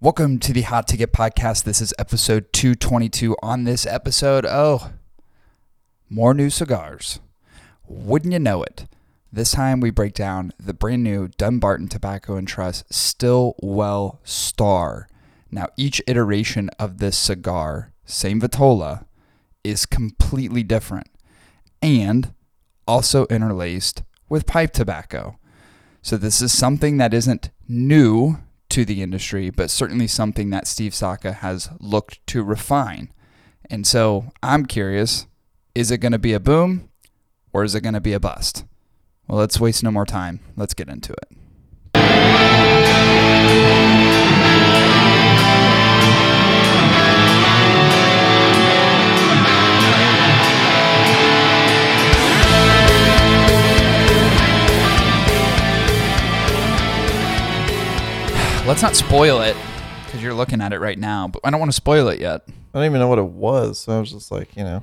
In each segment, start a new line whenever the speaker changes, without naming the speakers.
Welcome to the Hot Ticket Podcast. This is episode 222. On this episode, oh, more new cigars. Wouldn't you know it? This time we break down the brand new Dunbarton Tobacco and Trust Stillwell Star. Now, each iteration of this cigar, same Vitola, is completely different and also interlaced with pipe tobacco. So this is something that isn't new to the industry, but certainly something that Steve Saka has looked to refine. And so I'm curious, is it going to be a boom or is it going to be a bust? Well, let's waste no more time. Let's get into it. Let's not spoil it because you're looking at it right now, but I don't want to spoil it yet.
I don't even know what it was. So I was just like, you know,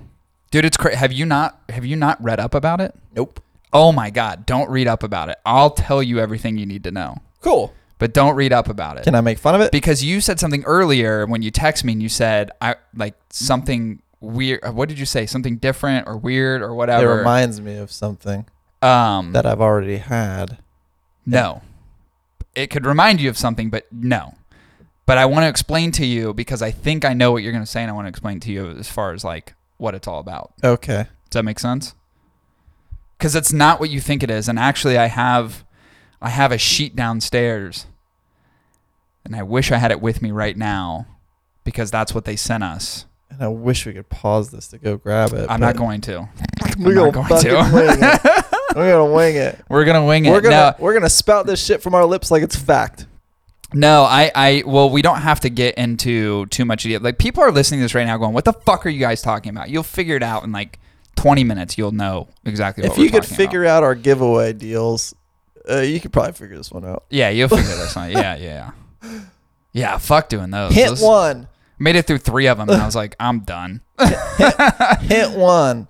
Dude, it's cra- have you not have you not read up about it?
nope.
Oh my god, don't read up about it. I'll tell you everything you need to know.
Cool.
But don't read up about it.
Can I make fun of it?
because you said something earlier when you text me and you said I like something weird. uh, What did you say? Something different or weird or
It
whatever.
reminds me of something
um,
that I've already had.
no, it could remind you of something, but no. But I want to explain to you because I think I know what you're going to say, and I want to explain to you as far as like what it's all about.
Okay.
Does that make sense? Because it's not what you think it is. And actually, I have, I have a sheet downstairs, and I wish I had it with me right now, because that's what they sent us.
And I wish we could pause this to go grab it.
I'm not going to.
going.
I'm
We're
not
gonna
going to.
fucking wing it. We're gonna wing it.
We're gonna wing
We're
it.
gonna we're gonna spout this shit from our lips like it's fact.
No, no. I, I. Well, we don't have to get into too much of it. Like people are listening to this right now, going, "What the fuck are you guys talking about?" You'll figure it out in like 20 minutes. You'll know exactly.
If
what we're
you could
talking about.
figure out our giveaway deals, uh, you could probably figure this one out.
yeah, you'll figure this out. Yeah, yeah, yeah. yeah. Fuck doing those.
Hint
Those-
one.
Made it through three of them, and I was like, I'm done.
Hint one.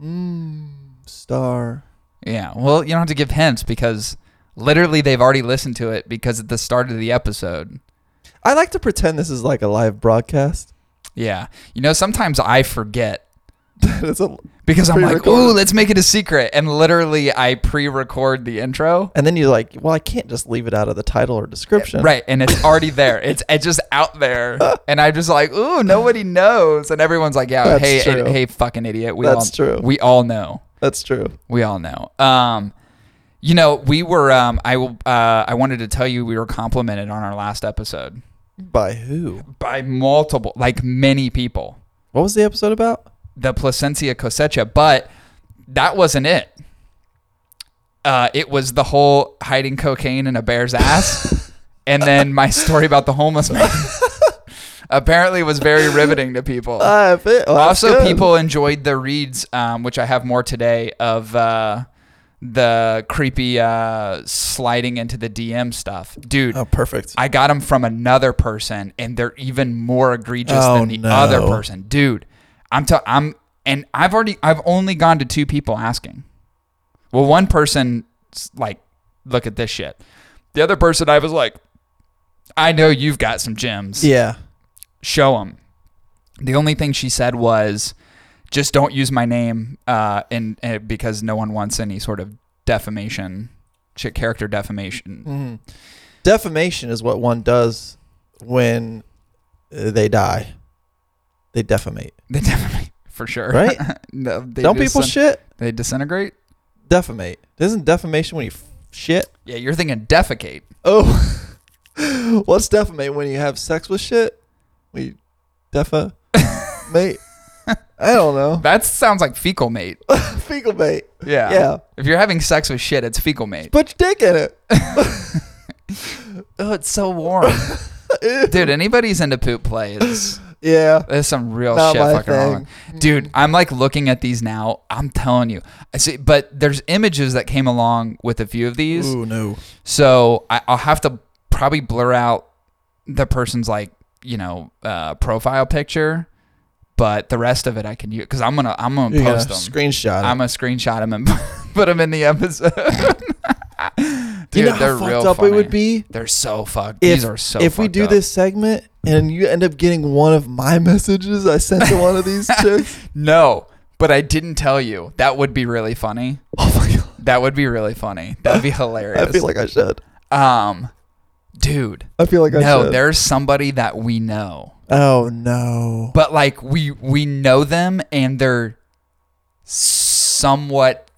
Mm, star.
Yeah. Well, you don't have to give hints because literally they've already listened to it because at the start of the episode.
I like to pretend this is like a live broadcast.
Yeah. You know, sometimes I forget
it's a
because I'm like,
Pre-recorded.
ooh, let's make it a secret. And literally I pre record the intro.
And then you're like, well, I can't just leave it out of the title or description.
Right. And it's already there. It's, it's just out there. And I'm just like, ooh, nobody knows. And everyone's like, yeah,
That's
hey,
true.
hey, fucking idiot. We
That's
all,
true.
We all know.
That's true.
We all know. Um, you know, we were. Um, I will. Uh, I wanted to tell you we were complimented on our last episode
By who?
by multiple, like many people.
What was the episode about?
The Placencia cosecha, but that wasn't it. Uh, it was the whole hiding cocaine in a bear's ass, and then my story about the homeless man. Apparently, was very riveting to people.
Uh, if it- well, that's
also
good.
people enjoyed the reads um, which i have more today of uh, the creepy uh, sliding into the dm stuff dude
Oh, perfect.
i got them from another person and they're even more egregious
Oh,
than the
no.
other person dude i'm t- i'm and i've already i've only gone to two people asking well one person s- like look at this shit the other person i was like i know you've got some gems
yeah.
show him. The only thing she said was, just don't use my name, uh, and, and because no one wants any sort of defamation, ch- character defamation.
Mhm. Defamation is what one does when uh, they die. They defamate.
They defamate for sure,
Right?
no, they
Don't
dis-
people shit?
they disintegrate?
Defamate. Isn't defamation when you f- shit?
Yeah, you're thinking defecate.
Oh. What's defamate when you have sex with shit? We defa mate. I don't know.
That sounds like fecal mate.
Fecal mate.
Yeah.
Yeah.
If you're having sex with shit, it's fecal mate.
Put your dick in it.
Oh, it's so warm, dude. Anybody's into poop play is
Yeah.
there's some real
Not
shit
my
fucking wrong. dude i'm like looking at these now i'm telling you i see but there's images that came along with a few of these
Ooh, no.
so I, i'll have to probably blur out the person's like you know uh, profile picture but the rest of it i can use because i'm gonna i'm gonna
You're gonna
post them
screenshot it.
i'm gonna screenshot them and put them in the episode Dude,
you know
they're
how
real
fucked up
funny.
it would be
They're so fucked.
if,
These are so.
if we
fucked
do
up.
this segment and you end up getting one of my messages I sent to one of these chicks.
no. But I didn't tell you. That would be really funny.
Oh my god.
That would be really funny. That'd be hilarious.
I feel like I should.
um, dude,
I feel like I
no,
should.
there's somebody that we know,
Oh no.
but like we we know them and they're somewhat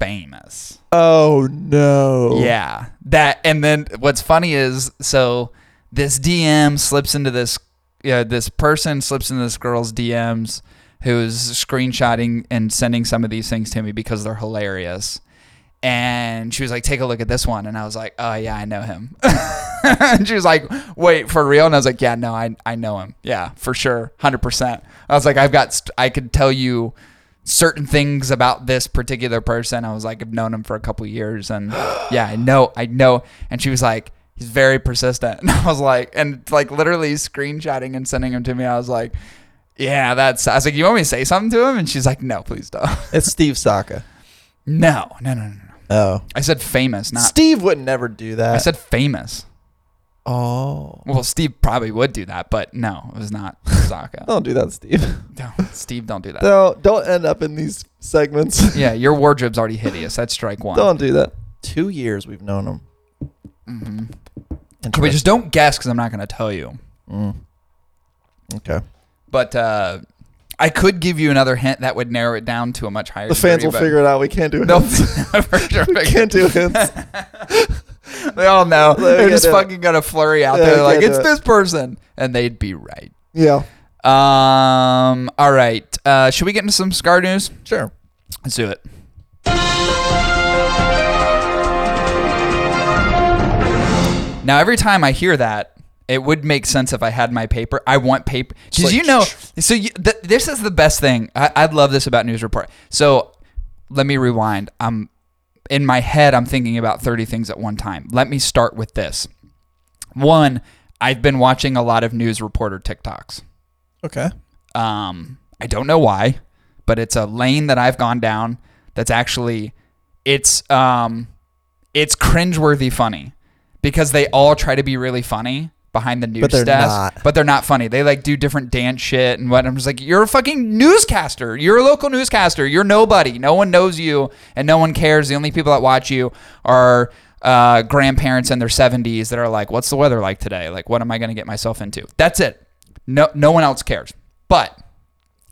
famous.
Oh no.
Yeah. That and then what's funny is so this DM slips into this yeah, this person slips into this girl's DMs who's screenshotting and sending some of these things to me because they're hilarious. And she was like, "Take a look at this one," and I was like, "Oh yeah, I know him." and she was like, "Wait for real?" And I was like, "Yeah, no, I I know him. Yeah, for sure, hundred percent." I was like, "I've got, st- I could tell you certain things about this particular person. I was like, I've known him for a couple years, and yeah, I know, I know. And she was like, he's very persistent. And I was like, and like literally screenshotting and sending him to me. I was like, yeah, that's. I was like, you want me to say something to him? And she's like, no, please don't.
It's Steve Saka.
No, no, no, no. no.
Oh.
I said famous, not.
Steve would never do that.
I said famous.
oh.
Well, Steve probably would do that, but no, it was not Zaka.
Don't do that, Steve.
no, Steve, don't do that.
Don't don't end up in these segments.
yeah, your wardrobe's already hideous. That's strike one.
don't do that. Two years we've known him.
hmm
And
But just don't guess because I'm not going to tell you.
Mm. okay.
But uh, I could give you another hint that would narrow it down to a much higher.
The fans
degree,
will
but
figure it out. We can't do it.
They'll for sure
we
figure.
can't do hints.
They all know.
They
They're
can't
just
do it.
fucking gonna flurry out
Yeah,
there
they
like
can't
it's
do it.
this person, and they'd be right.
yeah.
Um. All right. Uh, should we get into some scar news?
Sure.
Let's do it. Now, every time I hear that, it would make sense if I had my paper. I want paper because
like-
you know. So you, th- this is the best thing. I, I love this about news report. So let me rewind. I'm in my head. I'm thinking about 30 things at one time. Let me start with this. One, I've been watching a lot of news reporter TikToks.
Okay.
Um, I don't know why, but it's a lane that I've gone down that's actually it's um it's cringeworthy funny because they all try to be really funny behind the news
they're
desk,
not.
but they're not funny. They like do different dance shit and what. I'm just like, you're a fucking newscaster. You're a local newscaster. You're nobody. No one knows you and no one cares. The only people that watch you are uh, grandparents in their 70s that are like, what's the weather like today? Like, what am I going to get myself into? That's it. No, no one else cares. But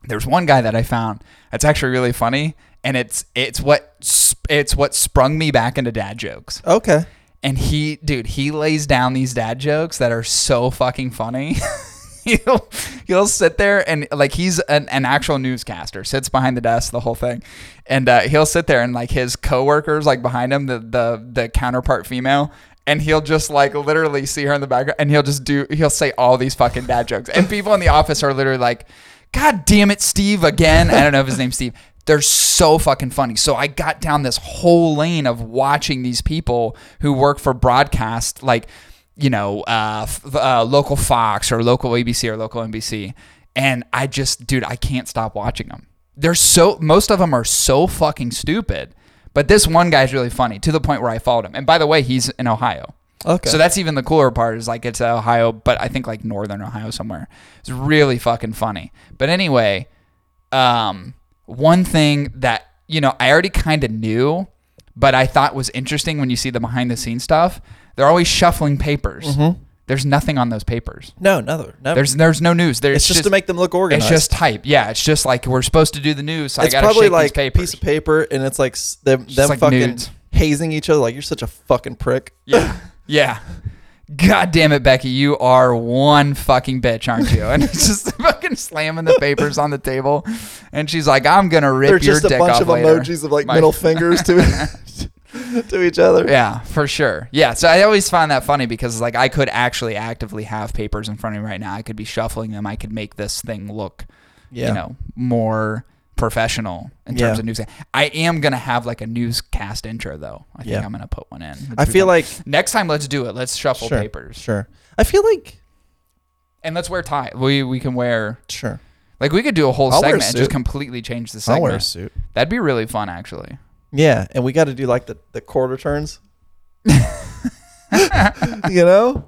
there's one guy that I found that's actually really funny, and it's it's what sp- it's what sprung me back into dad jokes.
Okay.
And he, dude, he lays down these dad jokes that are so fucking funny. he'll he'll sit there and like he's an, an actual newscaster, sits behind the desk, the whole thing, and uh, he'll sit there and like his coworkers like behind him, the the the counterpart female. And he'll just like literally see her in the background and he'll just do, he'll say all these fucking dad jokes. And people in the office are literally like, God damn it, Steve again. I don't know if his name's Steve. They're so fucking funny. So I got down this whole lane of watching these people who work for broadcast, like, you know, uh, f- uh, local Fox or local ABC or local NBC. And I just, dude, I can't stop watching them. They're so, most of them are so fucking stupid. But this one guy's really funny to the point where I followed him. And by the way, he's in Ohio.
Okay.
So that's even the cooler part is like it's Ohio, but I think like northern Ohio somewhere. It's really fucking funny. But anyway, um, one thing that you know I already kind of knew, but I thought was interesting when you see the behind the scenes stuff. They're always shuffling papers.
Mm-hmm.
There's nothing on those papers.
no, never. never.
There's there's no news. There's
it's just, to make them look organized.
it's just type. Yeah, it's just like we're supposed to do the news. So
it's
I gotta
probably
shake these
like a
papers.
piece of paper, and it's like s- them,
Just
them
like
fucking
nudes.
hazing each other. Like you're such a fucking prick.
Yeah. Yeah. God damn it, Becky, you are one fucking bitch, aren't you? And it's just fucking slamming the papers on the table. And she's like, I'm gonna rip
They're
your
just a
dick
bunch
off
of
later.
emojis of like
My-
middle fingers to to each other.
Yeah, for sure. Yeah. So I always find that funny because like I could actually actively have papers in front of me right now. I could be shuffling them. I could make this thing look you know more professional in terms
Yeah.
of news. I am gonna have like a newscast intro though. I think
Yeah.
I'm gonna put one in.
I feel like
next time let's do it. Let's shuffle
Sure.
papers.
sure. I feel like
And let's wear tie. We we can wear
sure.
like we could do a whole
I'll wear a
segment and just
suit.
completely change the
I'll wear a
segment.
suit.
That'd be really fun actually.
Yeah, and we got to do like the the quarter turns. you know,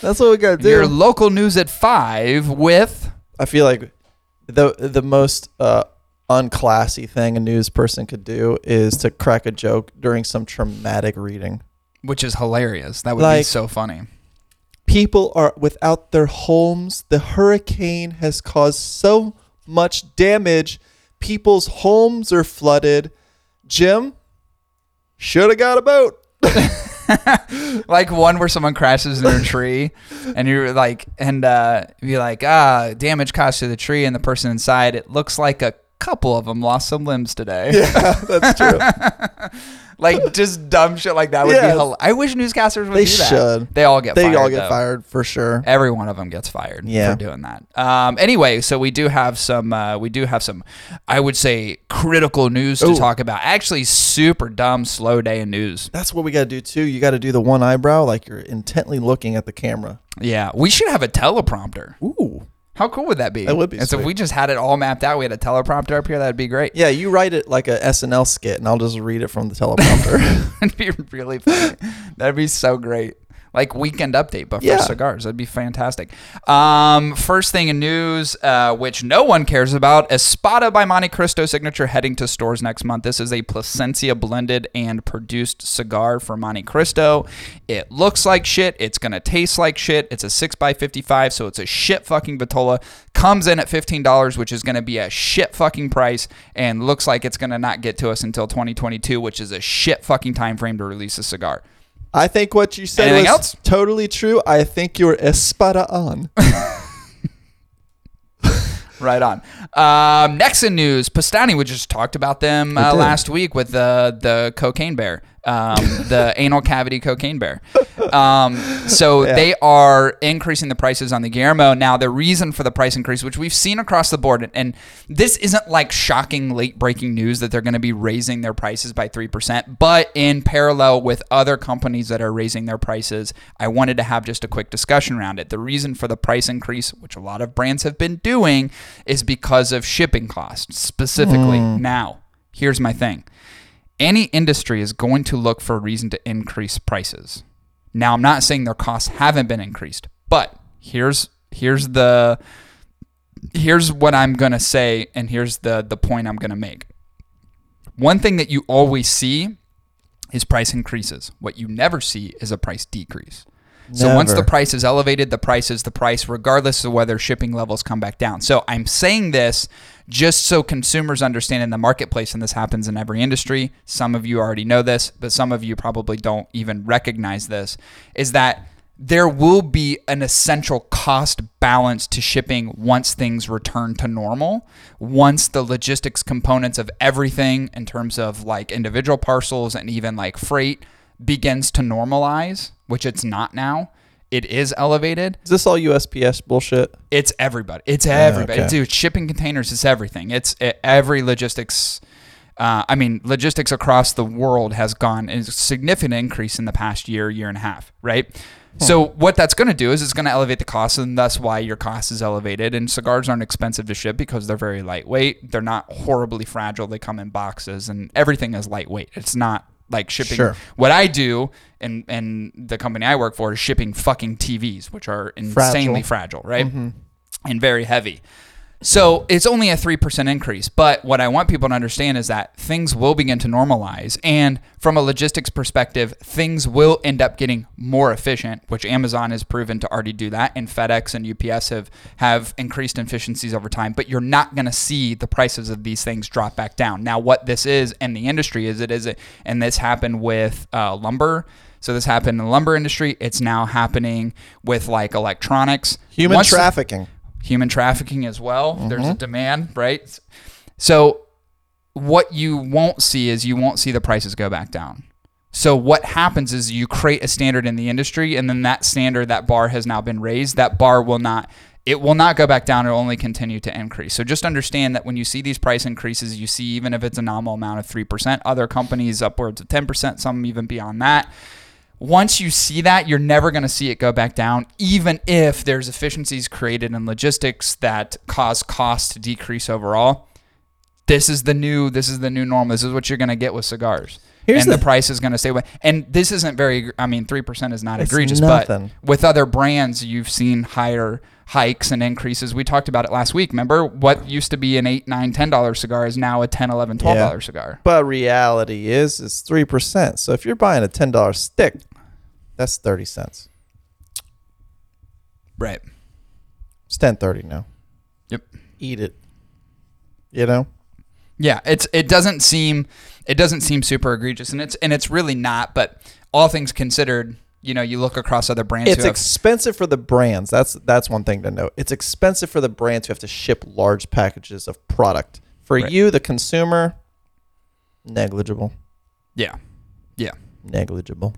that's what we gotta do.
Your local news at five with
I feel like the the most uh, unclassy thing a news person could do is to crack a joke during some traumatic reading.
which is hilarious. That would be
Like-
so funny.
People are without their homes. The hurricane has caused so much damage. People's homes are flooded. Jim should have got a boat.
Like one where someone crashes into a tree and you're like and uh you're like, ah, damage caused to the tree and the person inside, it looks like a couple of them lost some limbs today.
Yeah, that's true.
Like just dumb shit like that would
Yes.
be hel- I wish newscasters would
They
do that.
should.
They all get
they
fired.
all get
though.
fired for sure.
Every one of them gets fired
Yeah.
for doing that. Um, anyway, so we do have some, uh, we do have some, I would say, critical news to
Ooh.
talk about. Actually, super dumb, slow day in news.
That's what we got to do too. You got to do the one eyebrow like you're intently looking at the camera.
Yeah, we should have a teleprompter.
Ooh.
How cool would that be?
That would be
And so if
sweet.
we just had it all mapped out, we had a teleprompter up here. That'd be great.
Yeah, you write it like a SNL skit, and I'll just read it from the teleprompter.
That'd be really funny. That'd be so great. Like weekend update, but for
Yeah.
cigars. That'd be fantastic. Um, first thing in news, uh, which no one cares about, Espada by Monte Cristo signature heading to stores next month. This is a Placencia blended and produced cigar for Monte Cristo. It looks like shit. It's going to taste like shit. It's a 6x55, so it's a shit fucking Vitola. Comes in at $15, which is going to be a shit fucking price and looks like it's going to not get to us until 2022, which is a shit fucking time frame to release a cigar.
I think what you said
Anything
was
else?
totally true. I think you're espada on.
Right on. Um, next in news, Pastani, we just talked about them uh,
did.
last week with the the cocaine bear, um, the anal cavity cocaine bear. Um, so they are increasing the prices on the Guillermo. Now the reason for the price increase, which we've seen across the board, and, and this isn't like shocking late breaking news that they're going to be raising their prices by three percent, but in parallel with other companies that are raising their prices, I wanted to have just a quick discussion around it. The reason for the price increase, which a lot of brands have been doing, is because of shipping costs specifically. Now, here's my thing any industry is going to look for a reason to increase prices. Now, I'm not saying their costs haven't been increased, but here's here's the here's what I'm going to say and here's the the point I'm going to make. One thing that you always see is price increases. What you never see is a price decrease. So once the
Never.
price is elevated, the price is the price, regardless of whether shipping levels come back down. So I'm saying this just so consumers understand in the marketplace, and this happens in every industry. Some of you already know this, but some of you probably don't even recognize this, is that there will be an essential cost balance to shipping once things return to normal. Once the logistics components of everything, in terms of like individual parcels and even like freight, begins to normalize, which it's not now. It is elevated.
Is this all USPS bullshit?
It's everybody. It's everybody.
okay.
Dude, shipping containers is everything. It's e- every logistics. Uh, I mean, logistics across the world has gone a significant increase in the past year, year and a half, right? So what that's going to do is it's going to elevate the cost, and that's why your cost is elevated. And cigars aren't expensive to ship because they're very lightweight. They're not horribly fragile. They come in boxes, and everything is lightweight. It's not like shipping
Sure.
what I do and and the company I work for is shipping fucking TVs, which are insanely fragile, right? And very heavy. So it's only a 3% increase. But what I want people to understand is that things will begin to normalize. And from a logistics perspective, things will end up getting more efficient, which Amazon has proven to already do that. And FedEx and UPS have, have increased efficiencies over time. But you're not going to see the prices of these things drop back down. Now, what this is in the industry is it is, a, and this happened with uh, lumber. So this happened in the lumber industry. It's now happening with like electronics.
Human
Once-
trafficking.
human trafficking as well. There's a demand, right? So what you won't see is you won't see the prices go back down. So what happens is you create a standard in the industry and then that standard that bar has now been raised. That bar will not it will not go back down, it'll only continue to increase. So just understand that when you see these price increases, you see even if it's a nominal amount of 3%, other companies upwards of 10%, some even beyond that once you see that, you're never going to see it go back down, even if there's efficiencies created in logistics that cause costs to decrease overall. This is the new. This is the new norm. This is what you're going to get with cigars.
Here's
Here's and the,
the-
price is going to stay. wa- And this isn't very. I mean, three percent is not
It's
egregious,
nothing.
but with other brands, you've seen higher hikes and increases. We talked about it last week. Remember what used to be an eight, nine, ten dollar cigar is now a ten, eleven, twelve
Yeah.
dollar cigar.
But reality is, it's three percent. So if you're buying a ten dollar stick, that's thirty cents.
Right.
It's ten thirty now.
Yep.
Eat it. You know.
Yeah, it's it doesn't seem it doesn't seem super egregious, and it's and it's really not. But all things considered, you know, you look across other brands.
It's
who have-
expensive for the brands. That's that's one thing to note. It's expensive for the brands who have to ship large packages of product. For
Right.
you, the consumer, negligible,
yeah, yeah.
negligible.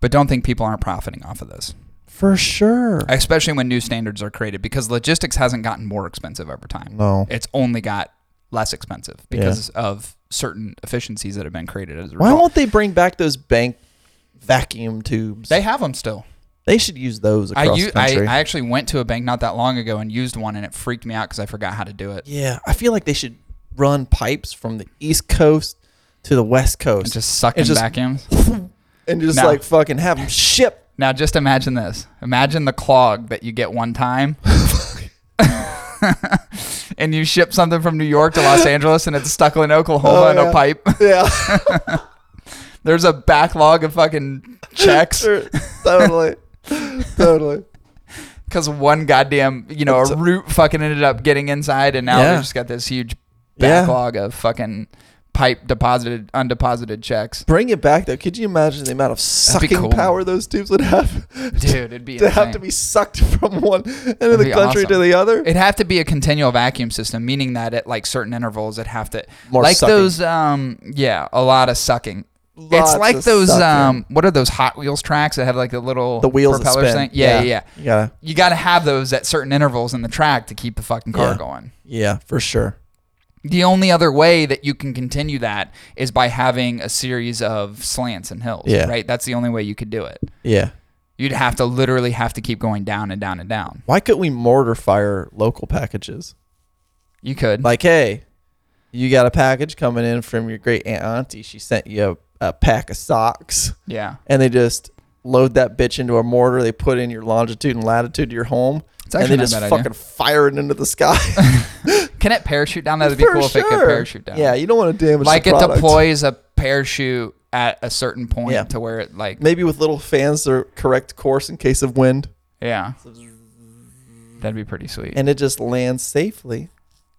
But don't think people aren't profiting off of this,
For sure.
especially when new standards are created, because logistics hasn't gotten more expensive over time.
no.
It's only got less expensive because of certain efficiencies that have been created as a
Why
result.
won't they bring back those bank vacuum tubes?
they
They,
have them still.
should use those
I,
across
u-
the
I
country.
I actually went to a bank not that long ago and used one, and it freaked me out because I forgot how to do it.
yeah, I feel like they should run pipes from the East Coast to the West
It's
Coast
just sucking
just-
vacuums.
and just
No.
like fucking have them ship
Now just imagine this. Imagine the clog that you get one time. and you ship something from New York to Los Angeles and it's stuck in Oklahoma
Oh,
in
yeah.
a pipe.
Yeah.
There's a backlog of fucking checks
Sure. totally. totally.
because one goddamn, you know, a root fucking ended up getting inside and now
Yeah.
they've just got this huge
Yeah.
backlog of fucking pipe deposited, undeposited checks.
Bring it back though. Could you imagine the amount of sucking
cool.
power those tubes would have?
Dude, it'd be
to have
insane.
to be sucked from one end of
That'd
the
be
country to
awesome.
the other.
It'd have to be a continual vacuum system, meaning that at like certain intervals, it'd have to
More
like
sucking.
those. Um, yeah, a lot of sucking.
Lots
it's like
of
those.
sucking.
Um, what are those Hot Wheels tracks that have like the little
the wheels that
propellers
spin.
thing? Yeah, yeah. yeah.
You gotta,
You got to have those at certain intervals in the track to keep the fucking car
Yeah.
going.
yeah, for sure.
The only other way that you can continue that is by having a series of slants and hills.
Yeah.
Right. That's the only way you could do it.
Yeah.
You'd have to literally have to keep going down and down and down.
Why couldn't we mortar fire local packages?
You could.
Like, hey, you got a package coming in from your great aunt auntie. She sent you a, a pack of socks.
yeah.
and they just load that bitch into a mortar. They put in your longitude and latitude to your home,
It's
and
actually not a
they just
bad idea.
fucking fire it into the sky.
Can it parachute down? That'd be
For
cool if it could
sure.
parachute down.
Yeah, you don't want to damage
like
the
it
product.
deploys a parachute at a certain point
Yeah.
to where it like
Maybe with little fans, the correct course in case of wind,
yeah that'd be pretty sweet
and it just lands safely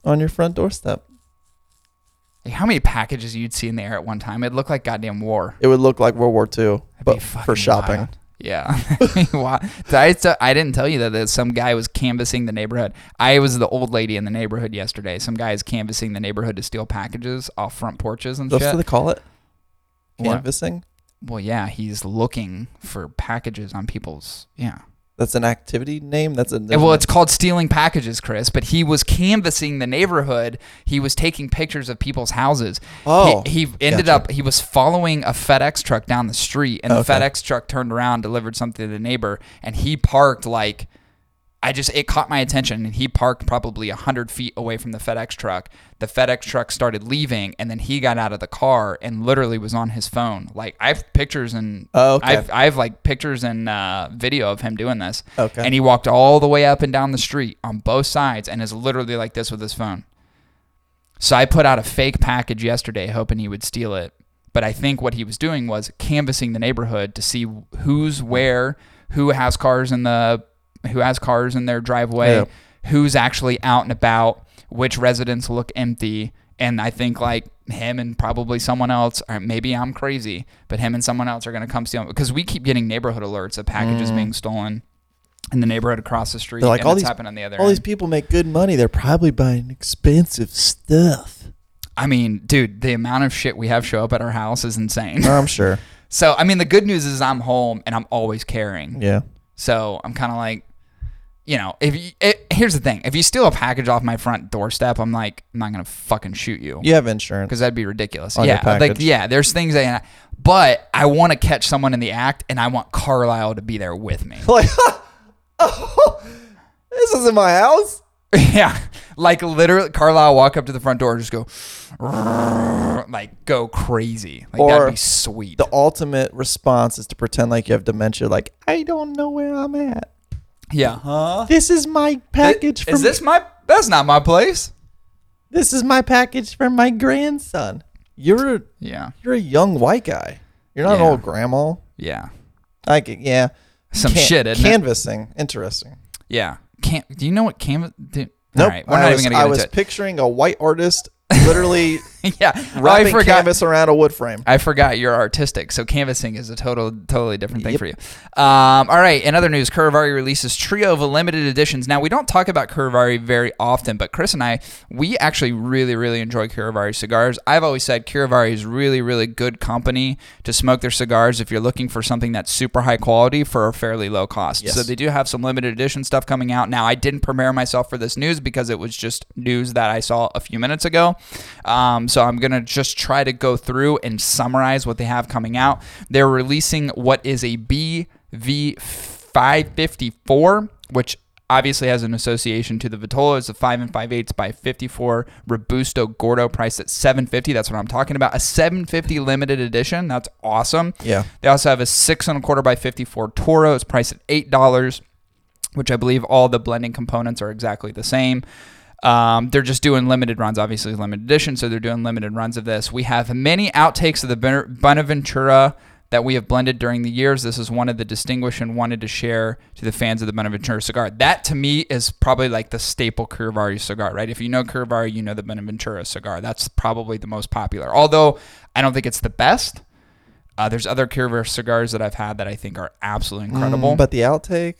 on your front doorstep.
Like, how many packages you'd see in the air at one time it'd look like goddamn war
It would look like World War II,
That'd
but
be fucking
for shopping.
wild. yeah Wow. Did I, t- I didn't tell you that, that some guy was canvassing the neighborhood i was the old lady in the neighborhood yesterday some guy is canvassing the neighborhood to steal packages off front porches and
That's what
shit
they call it.
What?
Canvassing.
well yeah he's looking for packages on people's yeah Eh,
That's an activity name. That's a
well, it's called stealing packages, Chris. But he was canvassing the neighborhood. He was taking pictures of people's houses.
Oh,
he, he ended
gotcha.
up. He was following a FedEx truck down the street, and
Okay.
the FedEx truck turned around, delivered something to the neighbor, and he parked like. I just it caught my attention, and he parked probably hundred feet away from the FedEx truck. The FedEx truck started leaving, and then he got out of the car and literally was on his phone. Like I have pictures and
Oh, okay.
I've, I have like pictures and uh, video of him doing this.
Okay.
And he walked all the way up and down the street on both sides and is literally like this with his phone. So I put out a fake package yesterday hoping he would steal it. But I think what he was doing was canvassing the neighborhood to see who's where, who has cars in the who has cars in their driveway, who's actually out and about, which residents look empty. And I think like him and probably someone else, or maybe I'm crazy, but him and someone else are going to come steal because we keep getting neighborhood alerts of packages being stolen in the neighborhood across the street.
They're like,
and
"All
it's
these-
happened on the other
all
end.
these people make good money. They're probably buying expensive stuff.
I mean, dude, the amount of shit we have show up at our house is insane.
I'm sure.
so, I mean, the good news is I'm home and I'm always carrying.
Yeah.
So I'm kind of like, you know, if you, it, here's the thing, if you steal a package off my front doorstep, I'm like, I'm not gonna fucking shoot you
You have insurance.
because that'd be ridiculous.
On your
yeah, like
package.
yeah, there's things that, but I want to catch someone in the act, and I want Carlisle to be there with me.
like, oh, this isn't my house.
yeah, Like literally, Carlisle walk up to the front door and just go, like go crazy. Like
Or
that'd be sweet.
The ultimate response is to pretend like you have dementia. Like I don't know where I'm at.
yeah. Huh?
This is my package. from
Is this my? That's not my place.
This is my package from my grandson. You're
Yeah.
you're a young white guy. You're not
Yeah.
an old grandma.
Yeah.
I can, yeah.
Some shit, isn't it?
canvassing. Interesting.
Yeah. Can't. Do you know what canvas? Do,
Nope.
All right. We're
I
not
was,
even
I
gonna
was
get
picturing a white artist literally
into it. yeah. Oh, I
wrapping
forgot.
canvas around a wood frame.
I forgot you're artistic, so canvassing is a total, totally different thing for you. Um, all right, in other news, Curvari releases trio of limited editions. Now we don't talk about Curvari very often, but Chris and I, we actually really, really enjoy Curvari cigars. I've always said Curvari is really, really good company to smoke their cigars if you're looking for something that's super high quality for a fairly low cost.
Yes.
So they do have some limited edition stuff coming out now. I didn't prepare myself for this news because it was just news that I saw a few minutes ago. Um, so I'm gonna just try to go through and summarize what they have coming out. They're releasing what is a BV554, which obviously has an association to the Vitola. It's a five and five eighths by 54 Robusto Gordo, priced at 750. That's what I'm talking about. A 750 limited edition. That's awesome.
Yeah.
They also have a six and a quarter by 54 Toro. It's priced at eight dollars, which I believe all the blending components are exactly the same. Um, they're just doing limited runs, obviously limited edition, so they're doing limited runs of this. We have many outtakes of the Bon- Bonaventura that we have blended during the years. This is one of the distinguished and wanted to share to the fans of the Bonaventura cigar. That to me is probably like the staple Curvari cigar, right? If you know Curvari, you know the Bonaventura cigar. That's probably the most popular. Although I don't think it's the best. Uh, there's other Curvar cigars that I've had that I think are absolutely incredible.
Mm, but the outtake,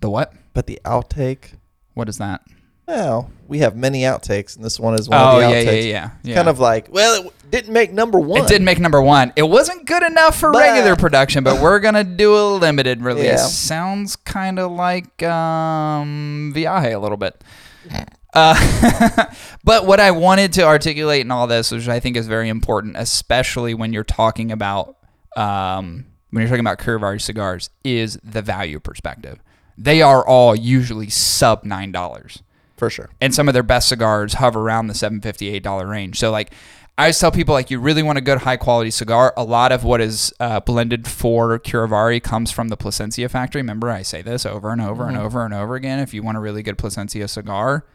the what?
but the outtake.
What is that?
Well, we have many outtakes, and this one is one
Oh
of the
yeah,
outtakes.
yeah, yeah, yeah.
Kind of like, well, it w- didn't make number one.
It did make number one. It wasn't good enough for
Bah.
regular production, but we're gonna do a limited release.
Yeah.
Sounds kind of like um, Viaje a little bit. Uh, but what I wanted to articulate in all this, which I think is very important, especially when you're talking about um, when you're talking about Curvari cigars, is the value perspective. They are all usually sub nine dollars
for sure.
and some of their best cigars hover around the seven fifty eight dollar range. So like. I always tell people like you really want a good high quality cigar. A lot of what is uh, blended for Curavari comes from the Placencia factory. Remember, I say this over and over and over and over again. If you want a really good Placencia cigar,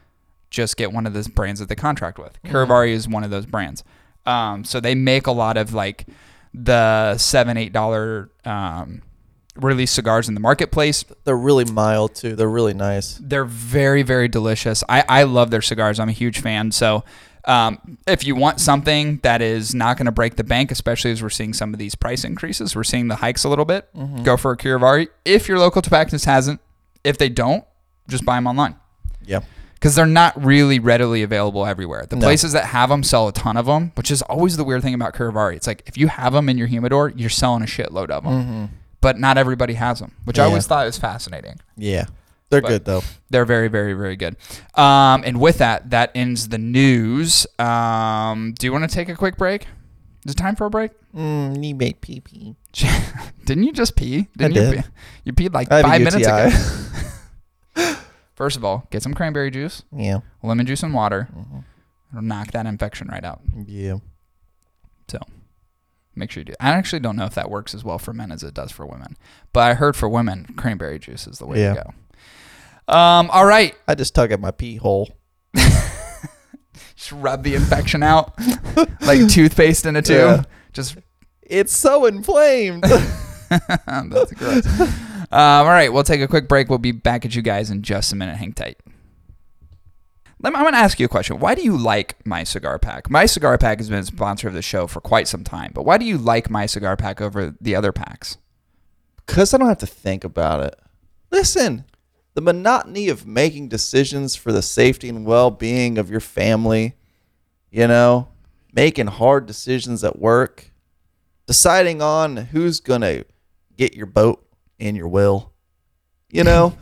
just get one of those brands that they contract with. Curavari is one of those brands. Um, so they make a lot of like the seven eight dollar um, release cigars in the marketplace
They're really mild too. They're really nice.
they're very very delicious i i love their cigars i'm a huge fan so um, if you want something that is not going to break the bank, especially as we're seeing some of these price increases, we're seeing the hikes a little bit, go for a Kirivari. If your local tobacconist hasn't, if they don't, just buy them online
Yeah.
because they're not really readily available everywhere. The places that have them sell a ton of them, which is always the weird thing about Curvari. It's like if you have them in your humidor, you're selling a shitload of them,
Mm-hmm.
but not everybody has them, which I
Mm. Yeah.
always thought was fascinating.
Yeah. They're
But-
good though.
They're very, very, very good. Um, and with that, that ends the news. Um, do you want to take a quick break? Is it time for a break?
Mm, knee mate pee pee.
Didn't you just pee? Didn't
did.
you? Pee? You peed like
I have a
five minutes
UTI.
ago. First of all, get some cranberry juice,
yeah.
lemon juice, and water.
Mhm.
It'll knock that infection right out.
Yeah.
Make sure you do. I actually don't know if that works as well for men as it does for women, but I heard for women, cranberry juice is the way
Yeah.
to go. Um, all right,
I just tug at my pee hole.
just rub the infection out like toothpaste in a tube.
Yeah.
Just
It's so inflamed.
That's gross. um, all right, we'll take a quick break. We'll be back at you guys in just a minute. Hang tight. Let me, I'm going to ask you a question. Why do you like My Cigar Pack? My Cigar Pack has been a sponsor of the show for quite some time, but why do you like My Cigar Pack over the other packs?
Because I don't have to think about it. Listen, the monotony of making decisions for the safety and well being of your family, you know, making hard decisions at work, deciding on who's going to get your boat in your will, you know,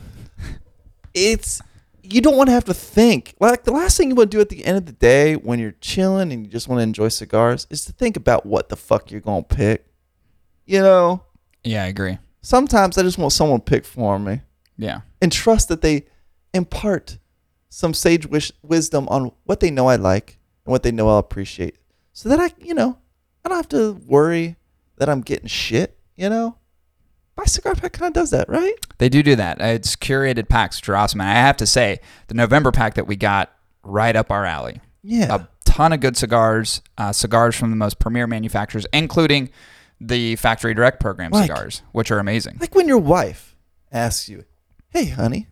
it's, you don't want to have to think. Like the last thing you want to do at the end of the day when you're chilling and you just want to enjoy cigars is to think about what the fuck you're going to pick, you know?
Yeah, I agree.
Sometimes I just want someone to pick for me
Yeah.
and trust that they impart some sage wish- wisdom on what they know I like and what they know I'll appreciate, so that I, you know, I don't have to worry that I'm getting shit. You know, my cigar pack kind of does that, right?
They do do that. Uh, It's curated packs for awesome. And I have to say, the November pack that we got right up our alley.
Yeah.
A ton of good cigars, uh, cigars from the most premier manufacturers, including the Factory Direct Program
Like-
cigars, which are amazing.
Like when your wife asks you, "Hey, honey,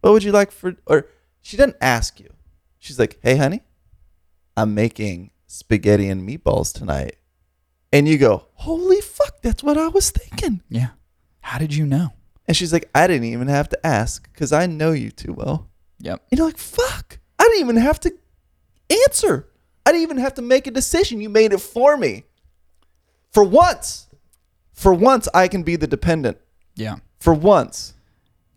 what would you like for?" Or she doesn't ask you. She's like, "Hey, honey, I'm making spaghetti and meatballs tonight," and you go, "Holy fuck, that's what I was thinking."
Yeah. How did you know?
And she's like, "I didn't even have to ask because I know you too well."
Yep.
And you're like, "Fuck, I didn't even have to answer. I didn't even have to make a decision. You made it for me. For once, for once, I can be the dependent.
Yeah.
For once."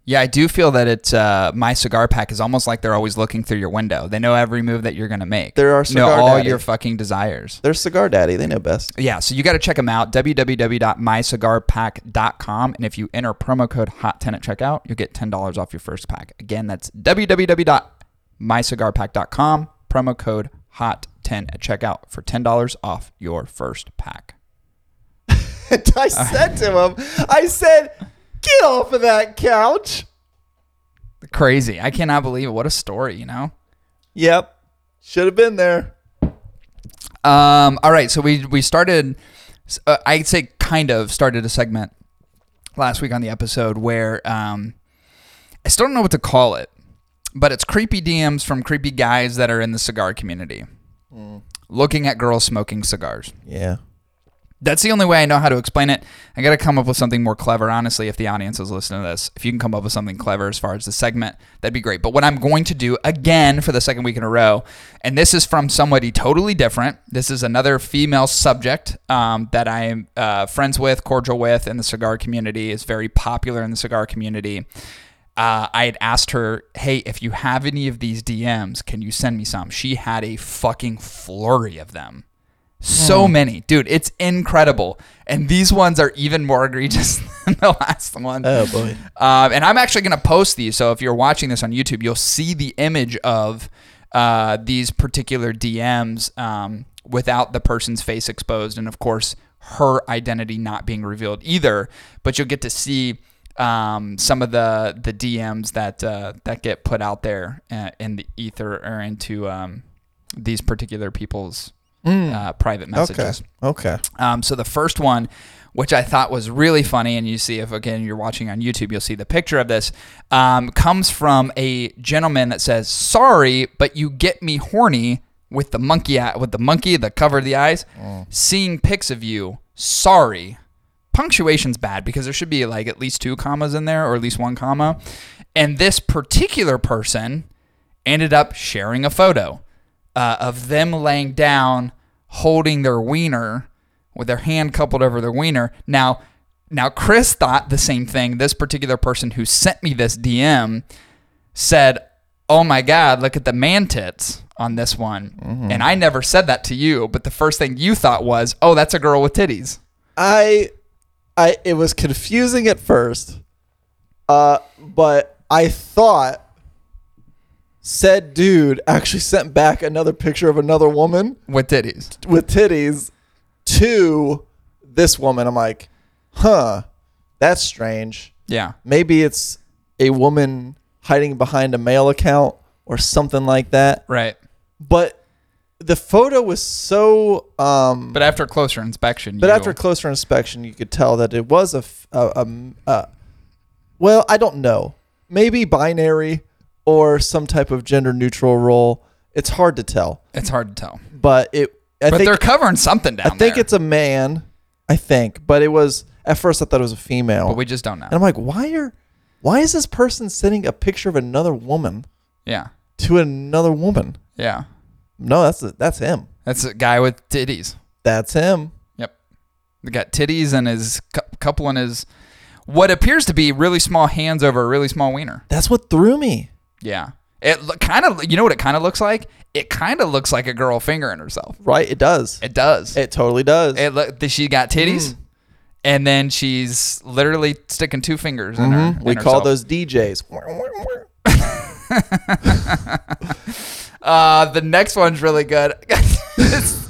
Yeah, I do feel that it's uh, my cigar pack is almost like they're always looking through your window. They know every move that you're gonna make.
They're our
know
cigar
all
daddy.
your fucking desires.
They're cigar daddy. They know best.
Yeah, so you got to check them out. www.mycigarpack.com, and if you enter promo code Hot Ten at checkout, you'll get ten dollars off your first pack. Again, that's www.mycigarpack.com. Promo code Hot Ten at checkout for ten dollars off your first pack.
And I said to him, I said, get off of that couch.
Crazy! I cannot believe it. What a story, you know.
Yep. Should have been there.
Um, all right, so we we started. Uh, I'd say kind of started a segment last week on the episode where um, I still don't know what to call it, but it's creepy DMs from creepy guys that are in the cigar community, looking at girls smoking cigars.
Yeah.
That's the only way I know how to explain it. I got to come up with something more clever, honestly, if the audience is listening to this. If you can come up with something clever as far as the segment, that'd be great. But what I'm going to do again for the second week in a row, and this is from somebody totally different. This is another female subject um, that I am uh, friends with, cordial with in the cigar community, is very popular in the cigar community. Uh, I had asked her, hey, if you have any of these DMs, can you send me some? She had a fucking flurry of them. So many, dude. It's incredible, and these ones are even more egregious than the last one.
Oh, boy.
Um, and I'm actually going to post these. So if you're watching this on YouTube, you'll see the image of uh, these particular DMs um, without the person's face exposed, and of course, her identity not being revealed either. But you'll get to see um, some of the the DMs that uh, that get put out there uh, in the ether or into um, these particular people's uh, private
Okay.
messages.
Okay.
Um, so the first one, which I thought was really funny, and you see if again you're watching on YouTube, you'll see the picture of this, um, comes from a gentleman that says, "Sorry, but you get me horny with the monkey eye, with the monkey, the cover of the eyes, seeing pics of you. Sorry." Punctuation's bad because there should be like at least two commas in there, or at least one comma. And this particular person ended up sharing a photo uh, of them laying down, holding their wiener with their hand coupled over their wiener. Now, now Chris thought the same thing. This particular person who sent me this DM said, "Oh my God, look at the man tits." On this one,
Mm-hmm.
and I never said that to you, but the first thing you thought was, "Oh, that's a girl with titties."
I, I, it was confusing at first, uh, but I thought said dude actually sent back another picture of another woman
With titties,
with titties to this woman. I'm like, huh, that's strange.
yeah,
maybe it's a woman hiding behind a mail account or something like that.
right.
But the photo was so. Um, but
But after closer inspection, you-
after closer inspection, you could tell that it was a, f- a- a m- a- well, I don't know, maybe binary or some type of gender neutral role. It's hard to tell,
it's hard to tell.
but it. I
But
think
they're covering something down
I think
there,
it's a man. I think, but it was at first I thought it was a female.
but we just don't know.
And I'm like, why are why is this person sending a picture of another woman
Yeah,
to another woman?
yeah.
No, that's that's him.
That's a guy with titties.
That's him.
Yep. They got titties and his cou- couple and his what appears to be really small hands over a really small wiener.
That's what threw me.
Yeah. It kind of you know what it kind of looks like? It kind of looks like a girl fingering herself.
Right? It does. It,
It does. It,
totally does.
look she got titties and then she's literally sticking two fingers in her.
Mm-hmm. we
in
call
herself.
those DJs.
Uh, the next one's really good. It's-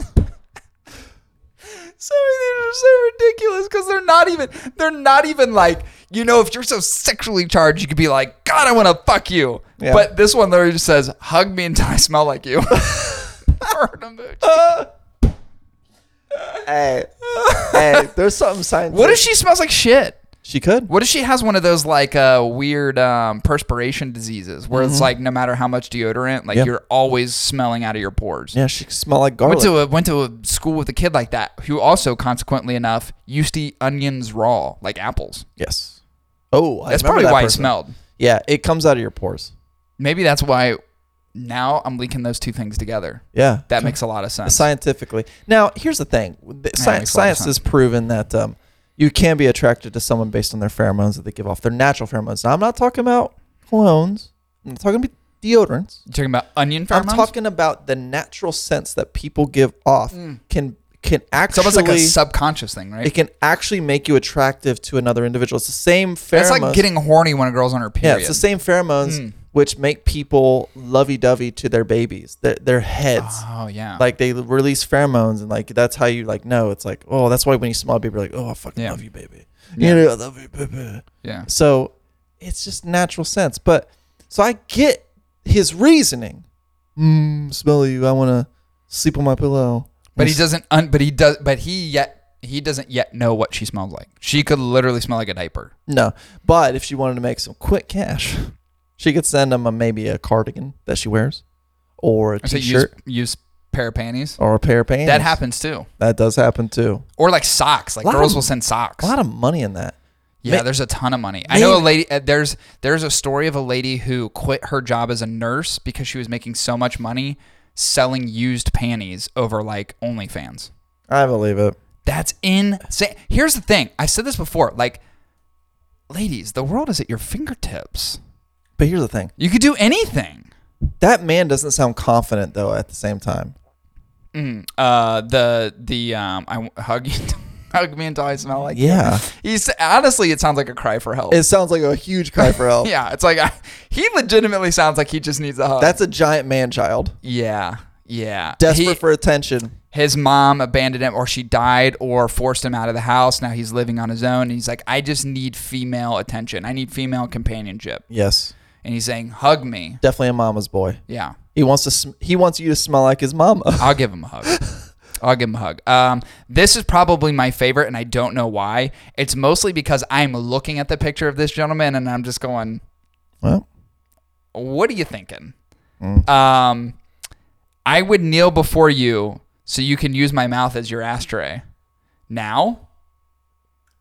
Some of these are so ridiculous because they're not even they're not even like you know if you're so sexually charged you could be like God I want to fuck you
Yeah.
but this one literally just says hug me until I smell like you. Burn 'em, bitch.
hey, hey, there's something scientific.
what if she smells like shit?
she could?
What if she has one of those like uh, weird um, perspiration diseases where
Mm-hmm.
it's like no matter how much deodorant like
Yeah.
you're always smelling out of your pores?
Yeah, she could smell like garlic.
went to a went to a school with a kid like that who also consequently enough used to eat onions raw like apples
yes. Oh, I
that's
remember
probably
that
why it
person.
smelled
Yeah, it comes out of your pores.
maybe that's why now i'm linking those two things together
Yeah,
that makes a lot of sense
scientifically. Now, here's the thing: The
makes
sci-
a lot of
science has proven that um, you can be attracted to someone based on their pheromones that they give off, their natural pheromones. Now, I'm not talking about colognes. I'm not talking about deodorants.
you're talking about onion
I'm
pheromones
talking about the natural sense that people give off can can
Mm. Hmm. it's almost like a
actually
subconscious thing right
it can actually make you attractive to another individual. It's the same pheromones.
it's like getting horny when a girl's on her
yeah,
period
it's the same pheromones
Mm.
which make people lovey-dovey to their babies, their their heads
oh yeah
like they release pheromones and like that's how you like know it's like oh that's why when you smell a baby you're like oh I fucking
Yeah.
love you baby
Yeah.
you know I love you baby
yeah
so it's just natural sense but so I get his reasoning mm, smell you I want to sleep on my pillow
but he doesn't un- but he does but he yet he doesn't yet know what she smells like she could literally smell like a diaper
no but if she wanted to make some quick cash she could send him a maybe a cardigan that she wears or a
I say use
t-shirt
use pair of panties
or a pair of pants
that happens too
that does happen too
or like socks. Like
Lot
girls
of-
will send socks.
a lot of money in that
yeah,
ma-
there's a ton of money. I know a
Maybe-
lady. Uh, there's there's a story of a lady who quit her job as a nurse because she was making so much money selling used panties over like OnlyFans.
I believe it
That's insane. Here's the thing. I said this before. Like, ladies, the world is at your fingertips.
but here's the thing
You could do anything.
That man doesn't sound confident though. At the same time,
Mm, uh, the the um, I w- hug you, hug me until I smell like.
yeah,
He's honestly, it sounds like a cry for help.
it sounds like a huge cry for help.
Yeah, it's like I, he legitimately sounds like he just needs a hug.
That's a giant man child,
yeah, yeah.
desperate
He-
for attention.
his mom abandoned him, or she died, or forced him out of the house. Now he's living on his own, and he's like, I just need female attention. I need female companionship.
Yes,
And he's saying, hug me.
definitely a mama's boy.
Yeah,
He wants to. Sm- he wants you to smell like his mama.
I'll give him a hug. I'll give him a hug. Um, this is probably my favorite, and I don't know why. It's mostly because I'm looking at the picture of this gentleman, and I'm just going,
Well,
what are you thinking?
Mm.
Um, I would kneel before you so you can use my mouth as your ashtray. Now,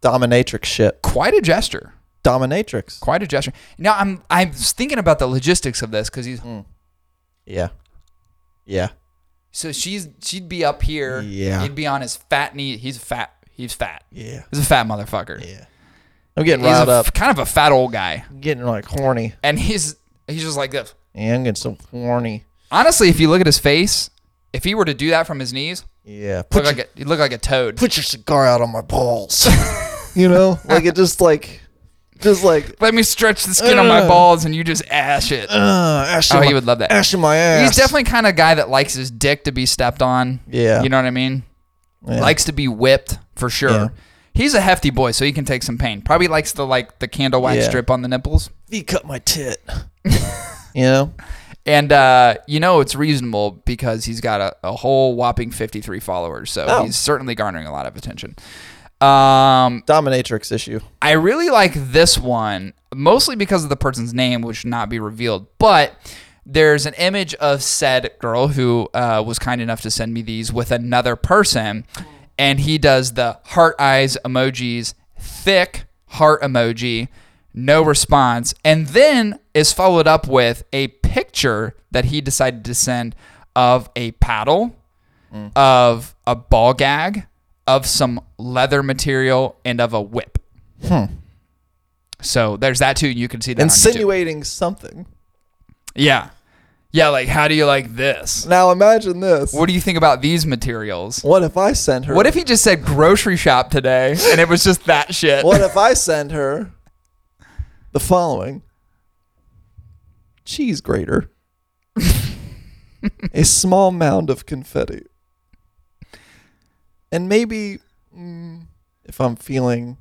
dominatrix shit.
quite a gesture.
Dominatrix.
Quite a gesture. Now I'm I'm thinking about the logistics of this because he's
Mm. Yeah, yeah.
so she's she'd be up here.
Yeah.
He'd be on his fat knee. He's fat. He's fat.
Yeah.
He's a fat motherfucker.
Yeah. I'm getting
He's
riled
a
up.
f- kind of a fat old guy,
I'm getting like horny.
and he's he's just like this.
Yeah, I'm getting so horny.
Honestly, if you look at his face, if he were to do that from his knees,
Yeah.
look
Put your,
like a, he'd look like a toad.
put your cigar out on my balls. you know, like it just like, just like
Let me stretch the skin on my
Ugh.
balls and you just ash it.
Uh, ash in
Oh,
my,
he would love that.
Ash in my ass.
He's definitely kind of guy that likes his dick to be stepped on.
Yeah.
You know what I mean?
Yeah.
Likes to be whipped for sure.
Yeah.
He's a hefty boy, so he can take some pain. Probably likes the like the candle wax
Yeah.
strip on the nipples.
V cut my tit. you know,
And uh, you know it's reasonable because he's got a, a whole whopping fifty three followers. So
Oh.
he's certainly garnering a lot of attention. Um
dominatrix issue.
I really like this one mostly because of the person's name, which should not be revealed. But there's an image of said girl who uh, was kind enough to send me these with another person, and he does the heart eyes emojis, thick heart emoji, no response, and then is followed up with a picture that he decided to send of a paddle of a ball gag, of some leather material, and of a whip.
Hmm.
So there's that too. You can see that. on YouTube.
Insinuating something.
Yeah. Yeah, like how do you like this?
Now imagine this.
What do you think about these materials?
What if I send her?
What if he just said grocery shop today and it was just that shit?
What if I send her the following? cheese grater, a small mound of confetti, and maybe mm, if I'm feeling,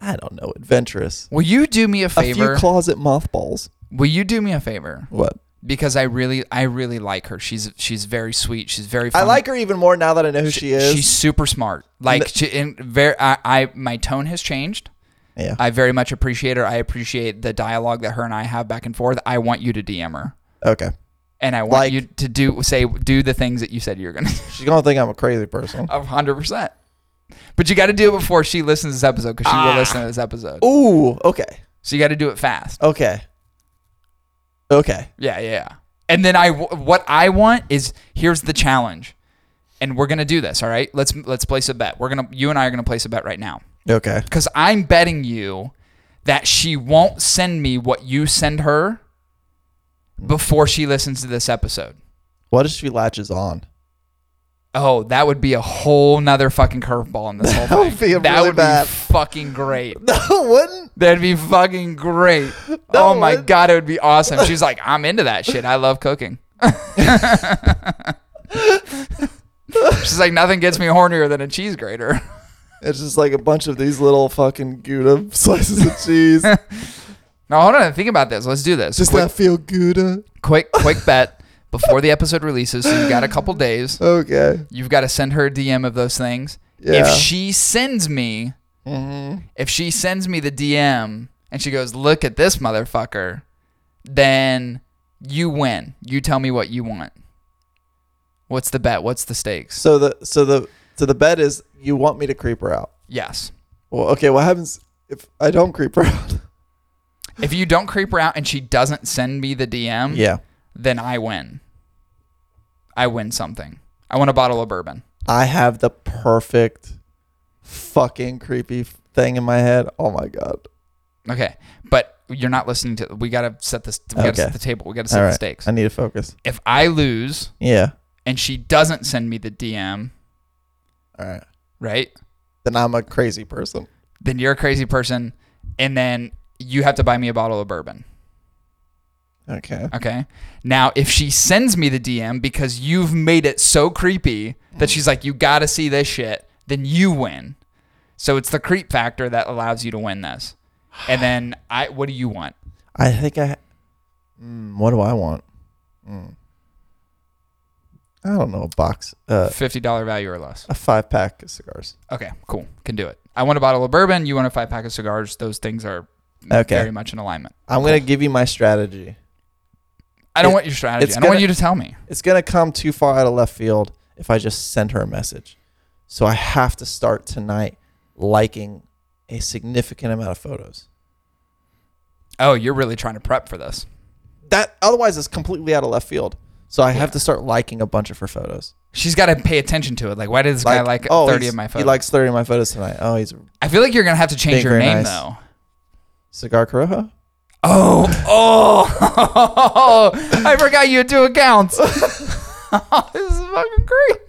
I don't know, adventurous,
Will you do me a
a few
favor?
closet mothballs.
Will you do me a favor?
What?
Because I really, I really like her. She's she's very sweet. She's very.
I
Funny.
like her even more now that I know who she is.
She's super smart. Like
the-
she, and very. I, I my tone has changed.
yeah.
I very much appreciate her. I appreciate the dialogue that her and I have back and forth. I want you to DM her,
okay.
and I want
Like-
you to do say do the things that you said you're gonna.
She's gonna think I'm a crazy person.
A hundred percent. But you got to do it before she listens to this episode because she will listen to this episode.
Ooh. Okay.
So you got to do it fast.
Okay. Okay.
Yeah, yeah, yeah. And then I, w- what I want is here's the challenge, and we're gonna do this. All right, let's let's place a bet. We're gonna you and I are gonna place a bet right now
Okay.
because I'm betting you that she won't send me what you send her before she listens to this episode.
What if she latches on?
Oh, that would be a whole nother fucking curveball in this whole
That would
thing.
be
that
really
would
bad.
be fucking great.
No, it wouldn't.
That'd be fucking great. oh my
wouldn't.
god, it would be awesome. She's like, I'm into that shit. I love cooking. She's like, nothing gets me hornier than a cheese grater.
It's just like a bunch of these little fucking Gouda slices of cheese.
Now hold on, think about this. Let's do this.
just
quick,
that feel Gouda.
quick, quick bet before the episode releases. So you've got a couple days.
Okay.
You've got to send her a DM of those things.
Yeah.
If she sends me,
Mm-hmm.
if she sends me the DM and she goes, look at this motherfucker, then you win. You tell me what you want. What's the bet? What's the stakes?
So the so the so the bet is you want me to creep her out.
Yes.
Well, okay. What happens if I don't creep her out?
If you don't creep her out and she doesn't send me the DM,
Yeah.
then I win. I win something. I want a bottle of bourbon.
I have the perfect fucking creepy thing in my head. Oh my god.
Okay. But you're not listening to we gotta set this we gotta
Okay.
set the table. We gotta set
All
the
right.
stakes.
I need to focus.
If I lose
Yeah.
and she doesn't send me the DM,
All right.
right?
Then I'm a crazy person.
then you're a crazy person, and then you have to buy me a bottle of bourbon.
Okay.
Okay. Now, if she sends me the DM because you've made it so creepy that she's like, you got to see this shit, then you win. So it's the creep factor that allows you to win this. And then I, what do you want?
I think I. Mm, what do I want? Mm. I don't know. A box, uh,
Fifty dollar value or less.
a five pack of cigars.
Okay, cool, can do it. I want a bottle of bourbon. You want a five pack of cigars. Those things are
Okay.
very much in alignment.
I'm gonna give you my strategy.
I don't
It-
want your strategy. I
it's
don't want
gonna-
you to tell me.
It's gonna come too far out of left field if I just send her a message. So I have to start tonight liking a significant amount of photos.
Oh, you're really trying to prep for this.
That otherwise is completely out of left field. So I have to start liking a bunch of her photos.
She's got to pay attention to it. Like, why did this guy like
oh,
30
he's-
of my
He
photos?
likes thirty of my photos tonight. Oh, he's a
I feel like you're going to have to change
Being
your
very
name,
nice.
though.
cigar corojo.
Oh, oh. I forgot you had two accounts. this is fucking great.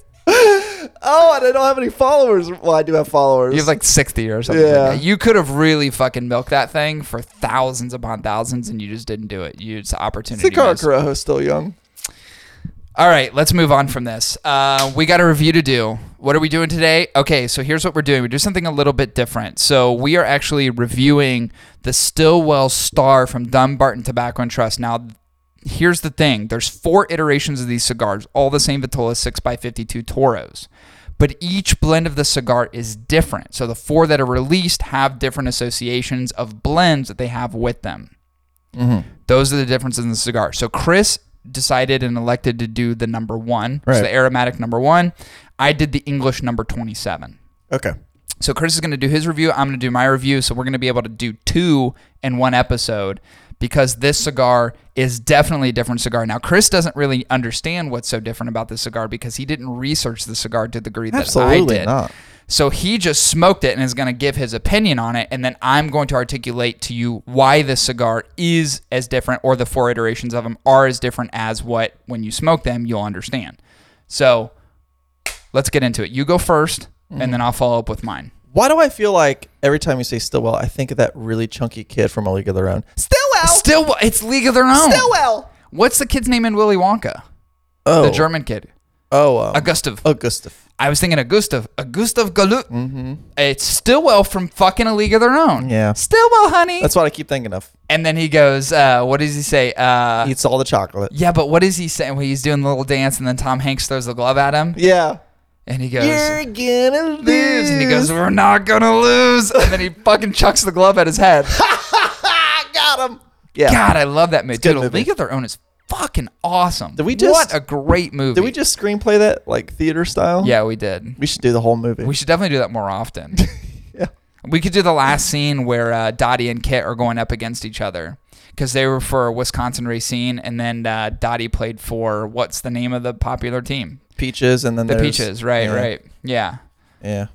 Oh, and I don't have any followers. Well, I do have followers.
You have like 60 or something.
Yeah.
Like that. You could have really fucking milked that thing for thousands upon thousands, and you just didn't do it. You, it's an opportunity.
Cigar
missed.
Corojo's still young.
All right, let's move on from this. Uh, we got a review to do. What are we doing today? Okay, so here's what we're doing. We do something a little bit different. So we are actually reviewing the Stillwell Star from Dumbarton Tobacco and Trust. Now, here's the thing: there's four iterations of these cigars, all the same Vitola 6x52 Toros, but each blend of the cigar is different. So the four that are released have different associations of blends that they have with them. Those are the differences in the cigar. So Chris decided and elected to do the number one, so
Right.
the aromatic number one. I did the English number 27.
Okay.
So Chris is going to do his review. I'm going to do my review. So we're going to be able to do two in one episode because this cigar is definitely a different cigar. Now Chris doesn't really understand what's so different about this cigar because he didn't research the cigar to the degree that I
Absolutely
did.
not.
So he just smoked it and is going to give his opinion on it. And then I'm going to articulate to you why this cigar is as different or the four iterations of them are as different as what, when you smoke them, you'll understand. So let's get into it. You go 1st
Mm-hmm.
and then I'll follow up with mine.
Why do I feel like every time you say Stillwell, I think of that really chunky kid from A League of Their Own? Stillwell! Stillwell.
Still, it's League of Their Own.
Stillwell.
What's the kid's name in Willy Wonka?
Oh,
The German kid,
Oh, um,
Augustav.
oh, Gustav.
I was thinking of Gustav. Augustav Galut. It's Stillwell from fucking A League of Their Own.
Mm-hmm. Yeah.
Stillwell, honey.
That's what I keep thinking of.
and then he goes, uh, what does he say? Uh,
Eats all the chocolate.
yeah, but what is he saying? Well, he's doing the little dance, and then Tom Hanks throws the glove at him,
Yeah.
and he goes,
gonna
lose. And he goes, We're not going to lose. And then he fucking chucks the glove at his head.
I got him. Yeah.
God, I love that movie.
good
Dude, A
movie.
League of Their Own is fucking awesome. Did
we just-
What a great movie.
Did we just screenplay that like theater style?
Yeah, we did.
We should do the whole movie.
We should definitely do that more often.
yeah.
we could do the last scene where uh, Dottie and Kit are going up against each other because they were for Wisconsin Racine, and then uh, Dottie played for what's the name of the popular team?
Peaches and then
The
there's-
Peaches, right?
yeah,
Right. Yeah.
Yeah.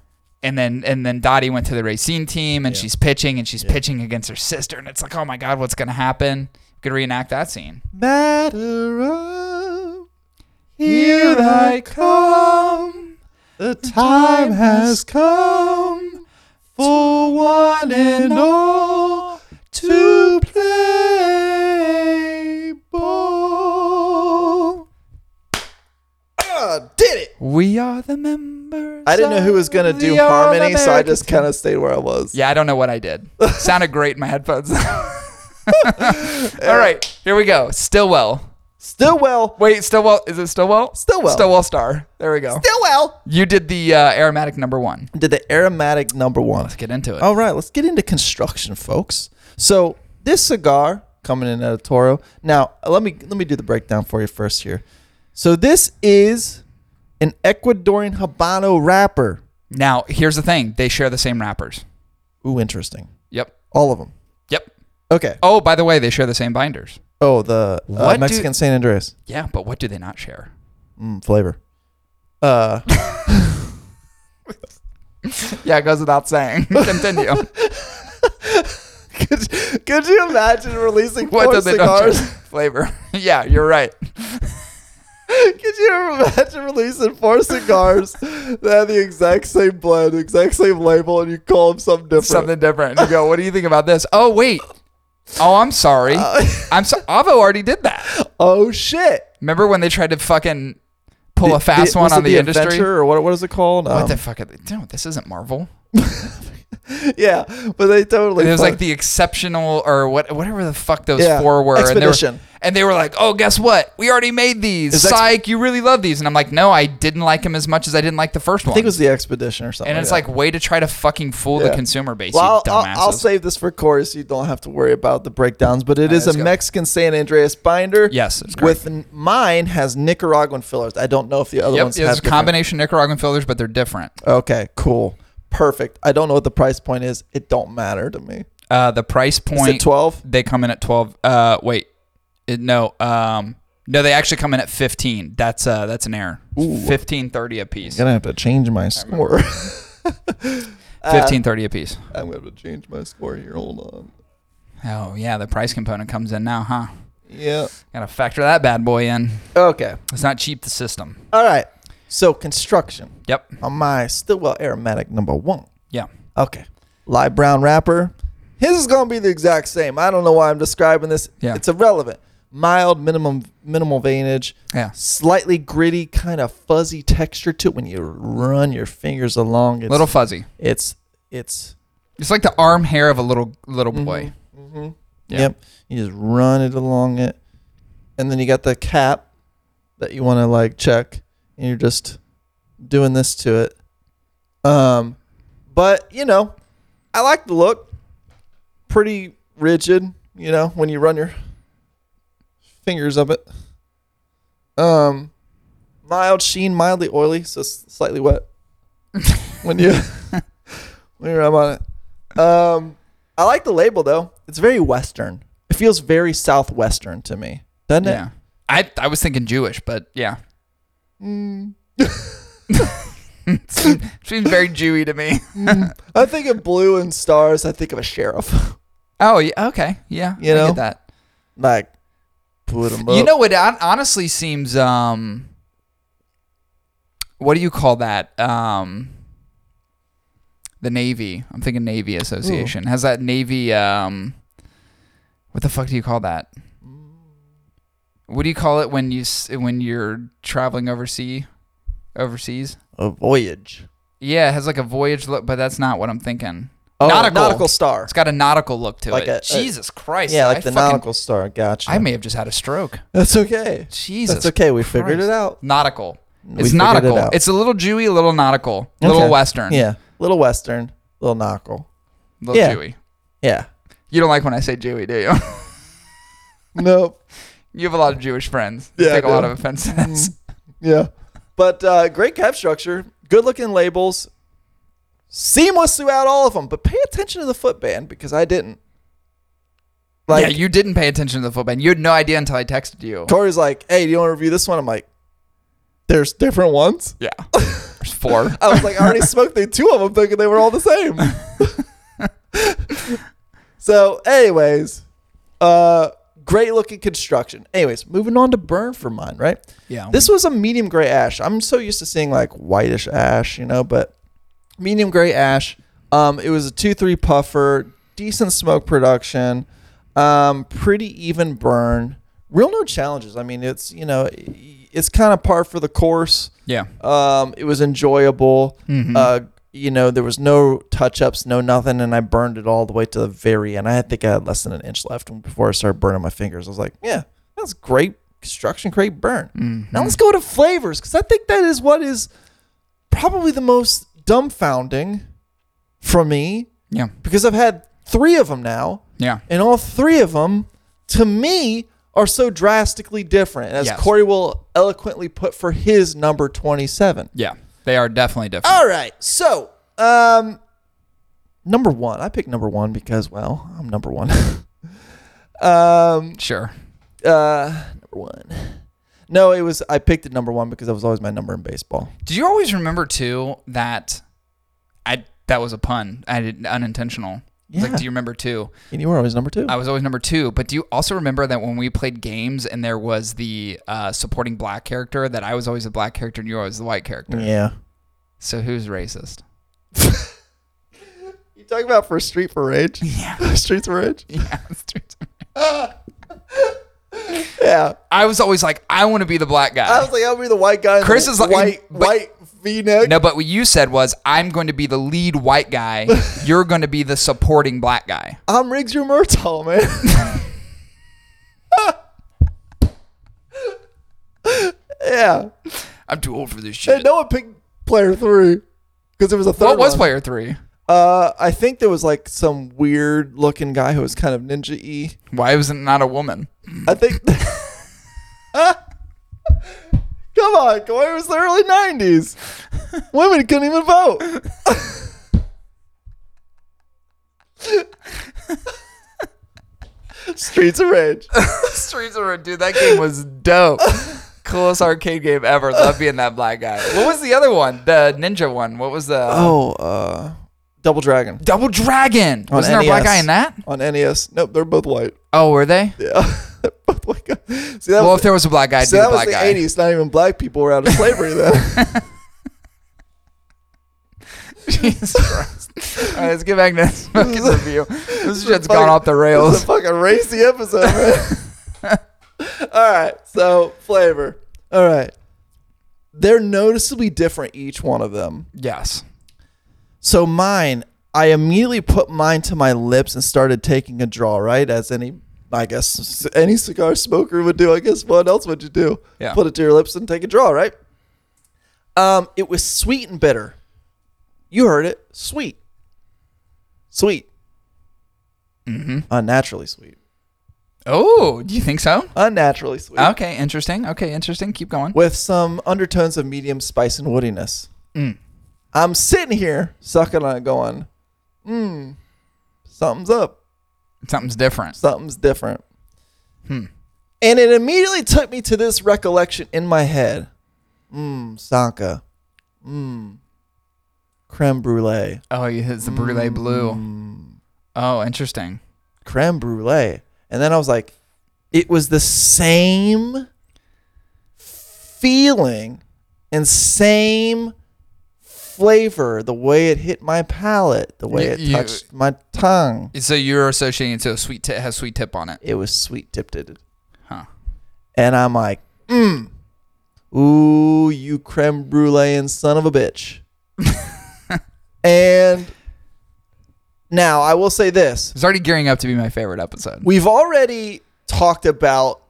and then and then Dottie went to the Racine team and
Yeah.
she's pitching and she's
Yeah.
pitching against her sister and it's like oh my god what's gonna happen? We could reenact that scene.
Matter of
Here I
come. The time has come for one and all to play ball. did it!
We are the members.
I didn't know who was gonna
of
do
the All
harmony, so I
American
just kind of stayed where I was.
Yeah, I don't know what I did. Sounded great in my headphones. All right, here we go. Stillwell.
Still well.
Wait, Stillwell. Is it Stillwell?
Stillwell.
Stillwell Star. There we go.
Still well.
you did the uh, aromatic number one.
Did the aromatic number one.
Let's get into it.
All right, let's get into construction, folks. So this cigar coming in at a Toro. Now let me let me do the breakdown for you first here. So this is an Ecuadorian Habano wrapper.
Now, here's the thing. They share the same wrappers.
Ooh, interesting.
Yep.
All of them.
Yep.
Okay.
Oh, by the way, they share the same binders.
Oh, the
What
uh,
do-
Mexican San Andreas
Yeah, but what do they not share?
mm, flavor. Uh,
Yeah, it goes without saying. Continue.
could, could you imagine releasing
what
four
do they not
cigars?
share? Flavor. Yeah, you're right.
Could you imagine releasing four cigars that have the exact same blend, exact same label, and you call them something different?
Something different. You go, what do you think about this? Oh, wait. Oh, I'm sorry. I'm so Avo already did that.
Oh shit!
Remember when they tried to fucking pull a fast
The-
one
was it
on the, industry?
Adventure, or what, what is it called?
What
Um,
the fuck? Are they, no, this isn't Marvel.
yeah, but they totally.
it was like
fucked-
the exceptional or what, whatever the fuck those
Yeah,
four were. And they
Expedition.
were, and they were like, oh, guess what? We already made these.
Is that-
Psych, you really love these. And I'm like, no, I didn't like them as much as I didn't like the first one.
I think it was the expedition or something.
and it's like, way to try to fucking fool
Yeah.
the consumer base,
Well,
you
I'll,
dumbasses.
I'll, I'll save this for Corey, so you don't have to worry about the breakdowns. But it
right,
is a
let's go.
Mexican San Andreas binder.
Yes, it's correct.
with n- mine has Nicaraguan fillers. I don't know if the other
Yep,
ones
it's
have
a
different-
combination Nicaraguan fillers, but they're different.
Okay, cool, perfect. I don't know what the price point is. It don't matter to me.
Uh, the price
Is it
point
twelve?
they come in at twelve. Uh, wait, It- no, um, no, they actually come in at fifteen. That's uh, that's an error. Fifteen thirty a piece.
Gonna have to change my score. Uh,
Fifteen thirty a piece.
I'm gonna have to change my score here. Hold on.
Oh yeah, the price component comes in now, huh?
Yeah.
Gotta factor that bad boy in.
Okay.
Let's not cheap the system.
All right. So construction
Yep.
on my Stillwell Aromatic number one.
Yeah.
Okay. Light brown wrapper. His is gonna be the exact same. I don't know why I'm describing this.
Yeah.
It's irrelevant. Mild minimum minimal veinage.
Yeah.
Slightly gritty, kind of fuzzy texture to it when you run your fingers along. It's,
Little fuzzy.
It's it's.
It's like the arm hair of a little little boy.
Mhm.
Yeah.
Yep. You just run it along it, and then you got the cap that you want to like check, and you're just doing this to it. Um, but you know, I like the look. Pretty rigid, you know, when you run your fingers up it. Um, mild sheen, mildly oily, so s- slightly wet when you when you rub on it. Um, I like the label though. It's very Western. It feels very Southwestern to me, doesn't it?
Yeah. I I was thinking Jewish, but yeah.
Mm.
Seems very Jewy to me.
I think of blue and stars. I think of a sheriff.
Oh, yeah, okay, yeah,
You
I
know?
get that.
like put them up.
You know, it hon- honestly seems. Um, what do you call that? Um, the Navy. I'm thinking Navy Association has that Navy. Um, What the fuck do you call that? What do you call it when you s- when you're traveling overseas? Overseas?
A voyage.
Yeah, it has like a voyage look, but that's not what I'm thinking.
Oh,
nautical.
nautical star.
It's got a nautical look to
Like
it.
a- a-
Jesus Christ!
Yeah, like
I
the
fucking-
nautical star. Gotcha.
I may have just had a stroke.
That's okay.
Jesus.
That's okay. We figured
Christ.
it out.
Nautical.
We
It's
figured it
nautical.
out.
it's a little Jewy, a little nautical, a little
Okay.
Western,
Yeah. Little western. Little nautical.
little
Yeah.
Jewy.
Yeah.
You don't like when I say Jewy, do you?
Nope.
you have a lot of Jewish friends.
Yeah, I
take a lot
do.
of offense to
Mm.
this.
Yeah. But uh, great cap structure, good looking labels, seamless throughout all of them. But pay attention to the footband because I didn't. Like
yeah, you didn't pay attention to the footband. You had no idea until I texted you.
Tori's like, "Hey, do you want to review this one?" I'm like, "There's different ones."
Yeah. There's four.
I was like, "I already smoked through two of them, thinking they were all the same." so, anyways, uh, great looking construction. Anyways, moving on to burn for mine, right?
Yeah.
This was a medium gray ash. I'm so used to seeing like whitish ash, you know, but medium gray ash. Um, it was a two three puffer, decent smoke production, um, pretty even burn. Real no challenges. I mean, it's you know, it's kind of par for the course.
yeah.
Um, it was enjoyable. Uh, you know, there was no touch ups, no nothing, and I burned it all the way to the very end. I think I had less than an inch left before I started burning my fingers. I was like, yeah, that's great construction, great burn. Now let's go to flavors because I think that is what is probably the most dumbfounding for me
Yeah.
because I've had three of them now,
Yeah.
and all three of them to me are so drastically different. And as
Yes.
Corey will eloquently put for his number 27.
Yeah. They are definitely different.
All right. So, um, number one, I picked number one because, well, I'm number one. um,
Sure.
uh, number one. No, it was, I picked it number one because that was always my number in baseball.
Do you always remember too that I that was a pun. I did unintentional. It's
Yeah.
Like, do you remember too?
And you were always number two.
I was always number two. But do you also remember that when we played games and there was the uh, supporting black character, that I was always the black character and you were always the white character?
yeah.
So who's racist?
You talking about for Street for Rage?
Yeah.
Streets for Rage?
Yeah. it's true.
Yeah.
I was always like, I want to be the black guy.
I was like, I'll be the white guy. in
Chris
the
is like-
white,
but-
white V neck.
No, but what you said was, I'm going to be the lead white guy. You're going to be the supporting black guy.
I'm Riggs your Murtaugh, man. yeah.
I'm too old for this shit.
And no one picked player three because there was a third.
what was
one.
player three?
Uh, I think there was like some weird looking guy who was kind of ninja y.
Why was it not a woman?
I think. Come on, Corey, it was the early 90s. Women couldn't even vote. Streets of Rage.
Uh-huh. Streets of Rage, dude, that game was dope. Coolest arcade game ever. Love being that black guy. What was the other one? The ninja one. What was the um,
Oh, uh, Double Dragon.
Double Dragon?
On E
Wasn't there a black
NES.
guy in that?
On NES. Nope, they're both white.
Oh, were they?
Yeah. They're both white guys. See, that
Well,
was,
if there was a black guy, I'd
so
be
that
the
was
black guy.
the 80s. Not even black people were out of slavery then.
Jesus Christ. All right, let's get back to this fucking review. This shit's
fucking-
gone off the
It's
rails.
a fucking racy episode, man. All right, so flavor. All right. They're noticeably different, each one of them.
Yes.
So mine, I immediately put mine to my lips and started taking a draw, right? As any, I guess, any cigar smoker would do. I guess what else would you do?
Yeah.
Put it to your lips and take a draw, right? Um, it was sweet and bitter. You heard it. Sweet. Sweet. Mm-hmm. Unnaturally sweet.
Oh, do you think so?
Unnaturally sweet.
Okay, interesting. Okay, interesting. Keep going.
with some undertones of medium spice and woodiness.
Hmm.
I'm sitting here sucking on it, going, mm, something's up,
Something's different. Hmm.
something's different. And it immediately took me to this recollection in my head. Mmm, Sanka. Mmm, creme brulee.
Oh, it hits the brulee
Mm.
blue. Oh, interesting.
creme brulee. And then I was like, it was the same feeling and same flavor, the way it hit my palate, the way
You-
it
you-
touched my tongue.
So you're associating it to a sweet tip has sweet tip on it.
It was sweet dipped in it.
Huh.
And I'm like, mmm. Ooh, you creme brulee and son of a bitch. and now I will say this.
It's already gearing up to be my favorite episode.
We've already talked about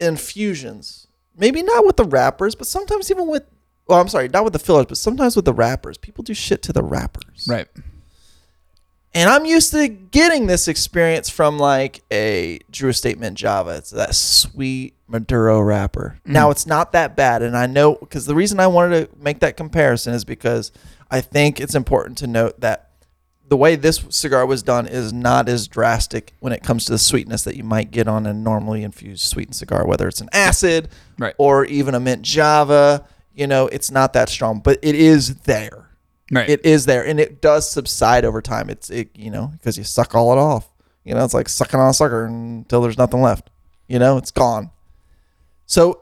infusions. Maybe not with the rappers, but sometimes even with well, I'm sorry, not with the fillers, but sometimes with the rappers. People do shit to the rappers.
right.
And I'm used to getting this experience from like a Drew Statement Java. It's that sweet Maduro rapper. Now it's not that bad. And I know because the reason I wanted to make that comparison is because I think it's important to note that the way this cigar was done is not as drastic when it comes to the sweetness that you might get on a normally infused sweetened cigar, whether it's an acid
Right.
or even a mint Java. You know, it's not that strong, but it is there
Right.
it is there and it does subside over time it's it you know because you suck all it off you know it's like sucking on a sucker until there's nothing left you know it's gone so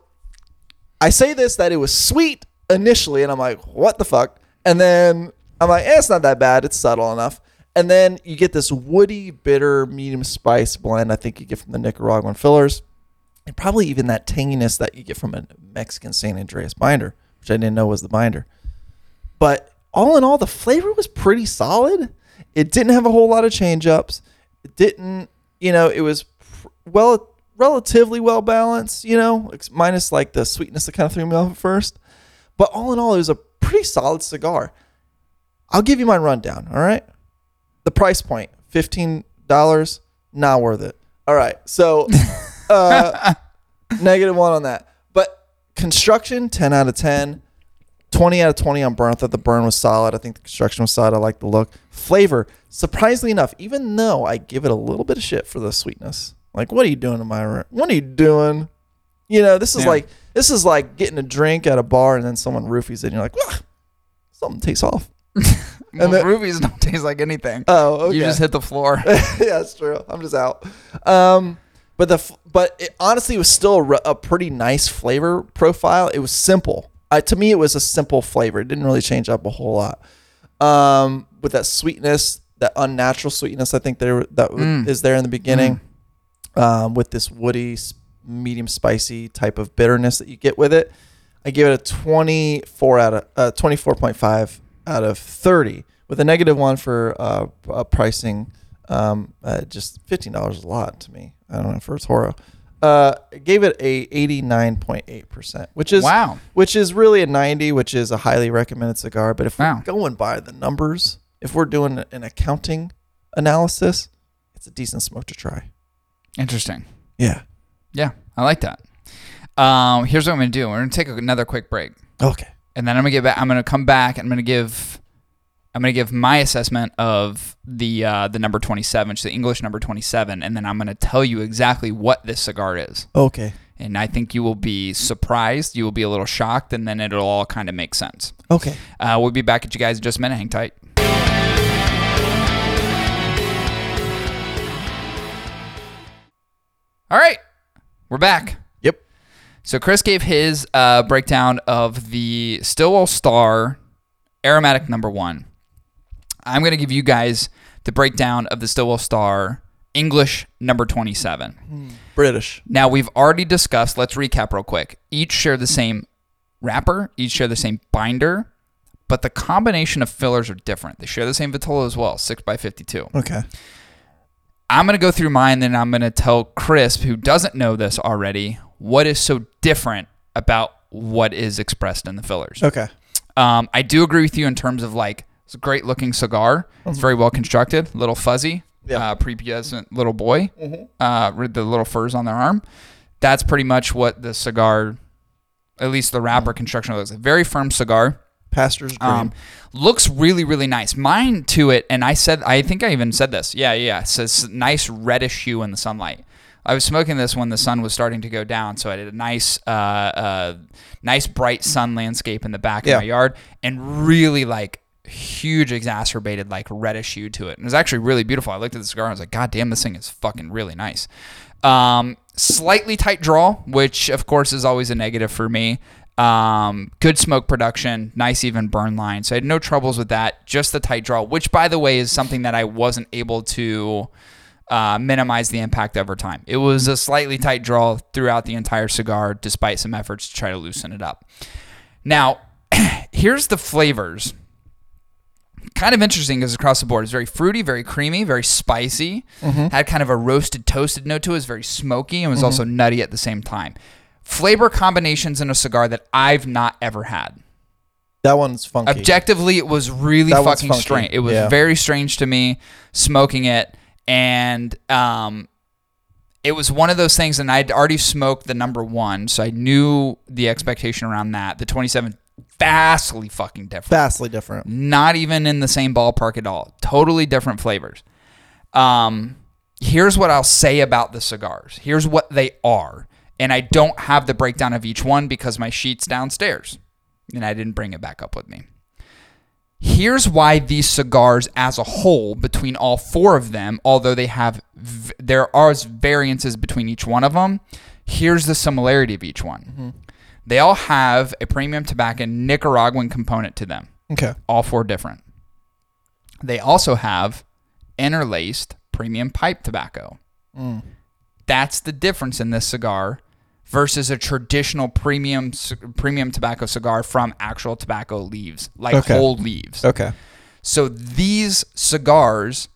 i say this that it was sweet initially and i'm like what the fuck and then i'm like eh, it's not that bad it's subtle enough and then you get this woody bitter medium spice blend i think you get from the nicaraguan fillers and probably even that tanginess that you get from a mexican san andreas binder which i didn't know was the binder but all in all, the flavor was pretty solid. It didn't have a whole lot of change ups. It didn't, you know, it was pr- well, relatively well balanced, you know, ex- minus like the sweetness that kind of threw me off at first. But all in all, it was a pretty solid cigar. I'll give you my rundown, all right? The price point $15, not worth it. All right. So, uh, negative one on that. But construction, 10 out of 10. 20 out of 20 on burn. I thought the burn was solid. I think the construction was solid. I like the look. Flavor, surprisingly enough, even though I give it a little bit of shit for the sweetness. Like, what are you doing to my room? What are you doing? You know, this is
Yeah.
like this is like getting a drink at a bar and then someone roofies it and you're like, "Wah, something tastes off.
well,
and the-
rubies don't taste like anything.
Oh, okay.
You just hit the floor.
yeah, it's true. I'm just out. Um, but the f- but it honestly was still a, re- a pretty nice flavor profile. It was simple. Uh, to me, it was a simple flavor. It didn't really change up a whole lot. Um, with that sweetness, that unnatural sweetness, I think there that w-
Mm.
is there in the beginning. Um, with this woody, s- medium spicy type of bitterness that you get with it, I give it a 24 out of uh, 24.5 out of 30 with a negative one for uh, p- uh, pricing. Um, uh, just $15 is a lot to me. I don't know for a Toro. Uh, I gave it a 89.8%, which is
Wow.
which is really a 90, which is a highly recommended cigar. But if
Wow.
we're going by the numbers, if we're doing an accounting analysis, it's a decent smoke to try.
Interesting.
Yeah.
Yeah, I like that. Um, here's what I'm gonna do. We're gonna take another quick break,
Okay.
and then I'm gonna get back. I'm gonna come back. And I'm gonna give. I'm gonna give my assessment of the uh, the number 27, which is the English number 27, and then I'm gonna tell you exactly what this cigar is.
Okay.
And I think you will be surprised. You will be a little shocked, and then it'll all kind of make sense.
Okay.
Uh, we'll be back at you guys in just a minute. Hang tight. All right, we're back.
Yep.
So Chris gave his uh, breakdown of the Stillwell Star aromatic number one. I'm going to give you guys the breakdown of the Stillwell Star English number 27.
British.
Now we've already discussed, let's recap real quick. Each share the same wrapper, each share the same binder, but the combination of fillers are different. They share the same vitola as well, 6x52.
Okay.
I'm going to go through mine, then I'm going to tell Crisp, who doesn't know this already, what is so different about what is expressed in the fillers.
Okay.
Um, I do agree with you in terms of like it's a great looking cigar. It's very well constructed, a little fuzzy,
Yeah.
uh, prepubescent little boy uh, with the little furs on their arm. That's pretty much what the cigar, at least the wrapper construction looks. like. very firm cigar.
Pastor's Dream.
Um, looks really really nice. Mine to it, and I said I think I even said this. Yeah, yeah. It says nice reddish hue in the sunlight. I was smoking this when the sun was starting to go down, so I did a nice, uh, uh, nice bright sun landscape in the back
Yeah.
of my yard, and really like huge exacerbated like reddish hue to it. And it was actually really beautiful. I looked at the cigar and I was like, God damn, this thing is fucking really nice. Um, slightly tight draw, which of course is always a negative for me. Um, good smoke production, nice even burn line. So I had no troubles with that. Just the tight draw, which by the way is something that I wasn't able to uh, minimize the impact over time. It was a slightly tight draw throughout the entire cigar, despite some efforts to try to loosen it up. Now, here's the flavors. Kind of interesting because across the board, it's very fruity, very creamy, very spicy.
Mm-hmm.
Had kind of a roasted, toasted note to it. It was very smoky and was also nutty at the same time. Flavor combinations in a cigar that I've not ever had.
That one's funky.
Objectively, it was really
That one's
fucking
funky.
strange. It was
Yeah.
very strange to me smoking it, and um, it was one of those things. And I'd already smoked the number one, so I knew the expectation around that. The twenty-seven, vastly fucking different.
Vastly different.
Not even in the same ballpark at all. Totally different flavors. Um, here's what I'll say about the cigars. Here's what they are, and I don't have the breakdown of each one because my sheet's downstairs, and I didn't bring it back up with me. Here's why these cigars, as a whole, between all four of them, although they have v- there are variances between each one of them, here's the similarity of each one. They all have a premium tobacco Nicaraguan component to them
Okay.
all four different. They also have interlaced premium pipe tobacco. That's the difference in this cigar versus a traditional premium c- premium tobacco cigar from actual tobacco leaves, like
Okay. Oh.
whole leaves.
Okay.
So these cigars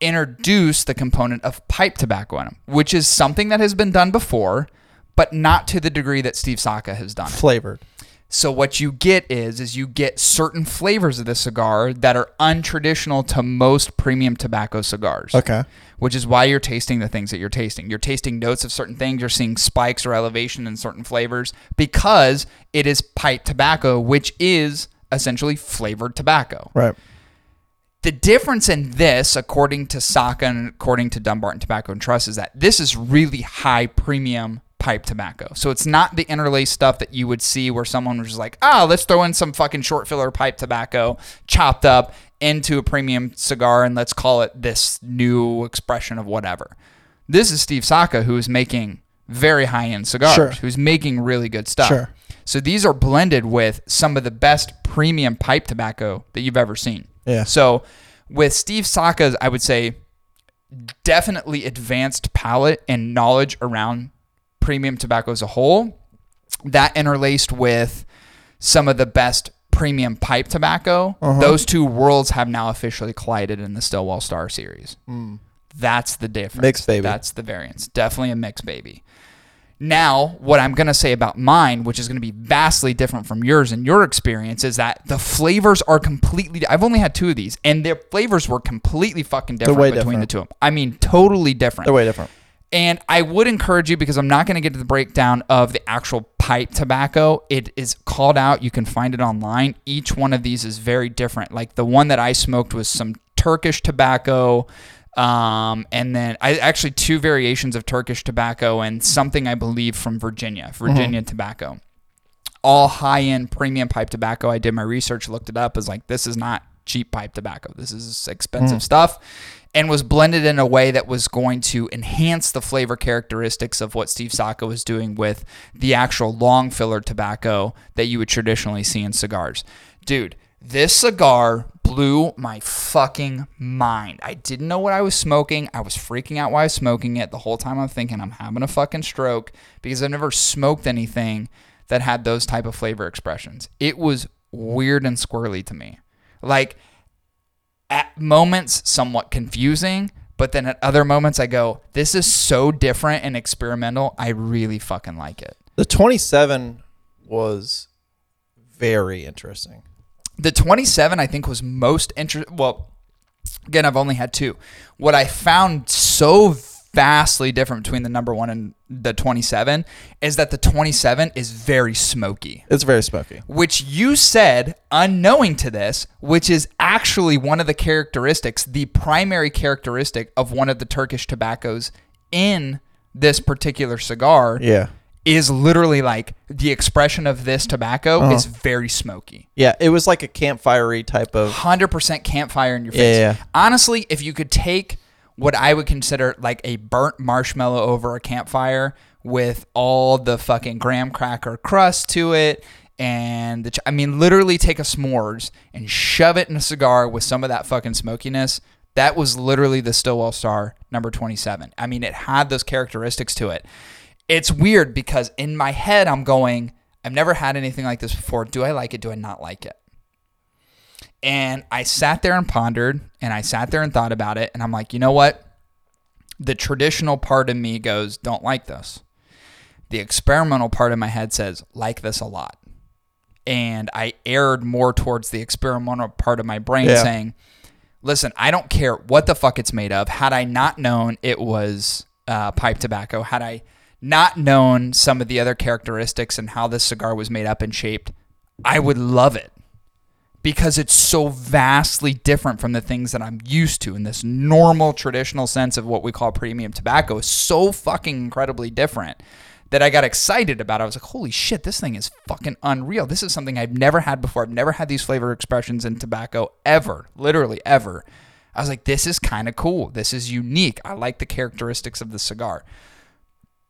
introduce the component of pipe tobacco in them, which is something that has been done before, but not to the degree that Steve Saka has done it.
Flavored.
So what you get is is you get certain flavors of the cigar that are untraditional to most premium tobacco cigars.
Okay.
Which is why you're tasting the things that you're tasting. You're tasting notes of certain things, you're seeing spikes or elevation in certain flavors because it is pipe tobacco, which is essentially flavored tobacco.
Right.
The difference in this, according to Saka and according to Dumbarton Tobacco and Trust, is that this is really high premium pipe tobacco. So it's not the interlaced stuff that you would see where someone was just like, oh, let's throw in some fucking short filler pipe tobacco chopped up into a premium cigar and let's call it this new expression of whatever. This is Steve Saka who is making very high end cigars,
Sure.
who's making really good stuff.
Sure.
So these are blended with some of the best premium pipe tobacco that you've ever seen.
Yeah.
So with Steve Saka's, I would say definitely advanced palate and knowledge around premium tobacco as a whole, that interlaced with some of the best premium pipe tobacco,
Uh-huh.
those two worlds have now officially collided in the Stillwell Star Series. That's the difference.
Mm. Mixed baby.
That's the variance. Definitely a mixed baby. Now, what I'm going to say about mine, which is going to be vastly different from yours and your experience, is that the flavors are completely. I've only had two of these, and their flavors were completely fucking different
way
between the
different.
two of them. I mean, totally different.
They're way different.
And I would encourage you because I'm not going to get to the breakdown of the actual pipe tobacco. It is called out. You can find it online. Each one of these is very different. Like the one that I smoked was some Turkish tobacco. Um, and then I actually two variations of Turkish tobacco and something I believe from Virginia, Virginia tobacco all high end premium pipe tobacco. I did my research, looked it up, is like this is not cheap pipe tobacco. This is expensive stuff. And was blended in a way that was going to enhance the flavor characteristics of what Steve Saka was doing with the actual long filler tobacco that you would traditionally see in cigars. Dude, this cigar blew my fucking mind. I didn't know what I was smoking. I was freaking out why I was smoking it. The whole time I'm thinking I'm having a fucking stroke because I've never smoked anything that had those type of flavor expressions. It was weird and squirrely to me. Like at moments somewhat confusing, but then at other moments I go, this is so different and experimental. I really fucking like it.
The 27 was very interesting.
The 27 I think was most interesting. Well, again, I've only had two. What I found so vastly different between the number 1 and the 27 is that the 27 is very smoky.
It's very smoky.
which you said unknowing to this, which is actually one of the characteristics, the primary characteristic of one of the Turkish tobaccos in this particular cigar,
Yeah.
is literally like the expression of this tobacco is very smoky.
Yeah. It was like a campfirey type of.
100% campfire in your face.
Yeah, yeah.
Honestly, if you could take what I would consider like a burnt marshmallow over a campfire with all the fucking graham cracker crust to it and the ch- I mean literally take a s'mores and shove it in a cigar with some of that fucking smokiness. That was literally the Stillwell Star number 27. I mean, it had those characteristics to it. It's weird because in my head I'm going, I've never had anything like this before. Do I like it? Do I not like it? And I sat there and pondered and I sat there and thought about it and I'm like, "You know what? The traditional part of me goes, don't like this. The experimental part of my head says, like this a lot and I erred more towards the experimental part of my brain
Yeah.
saying, listen, I don't care what the fuck it's made of. Had I not known it was uh, pipe tobacco, had I not known some of the other characteristics and how this cigar was made up and shaped, I would love it because it's so vastly different from the things that I'm used to in this normal traditional sense of what we call premium tobacco is so fucking incredibly different that I got excited about. it. I was like, "Holy shit, this thing is fucking unreal. This is something I've never had before. I've never had these flavor expressions in tobacco ever, literally ever." I was like, "This is kind of cool. This is unique. I like the characteristics of the cigar."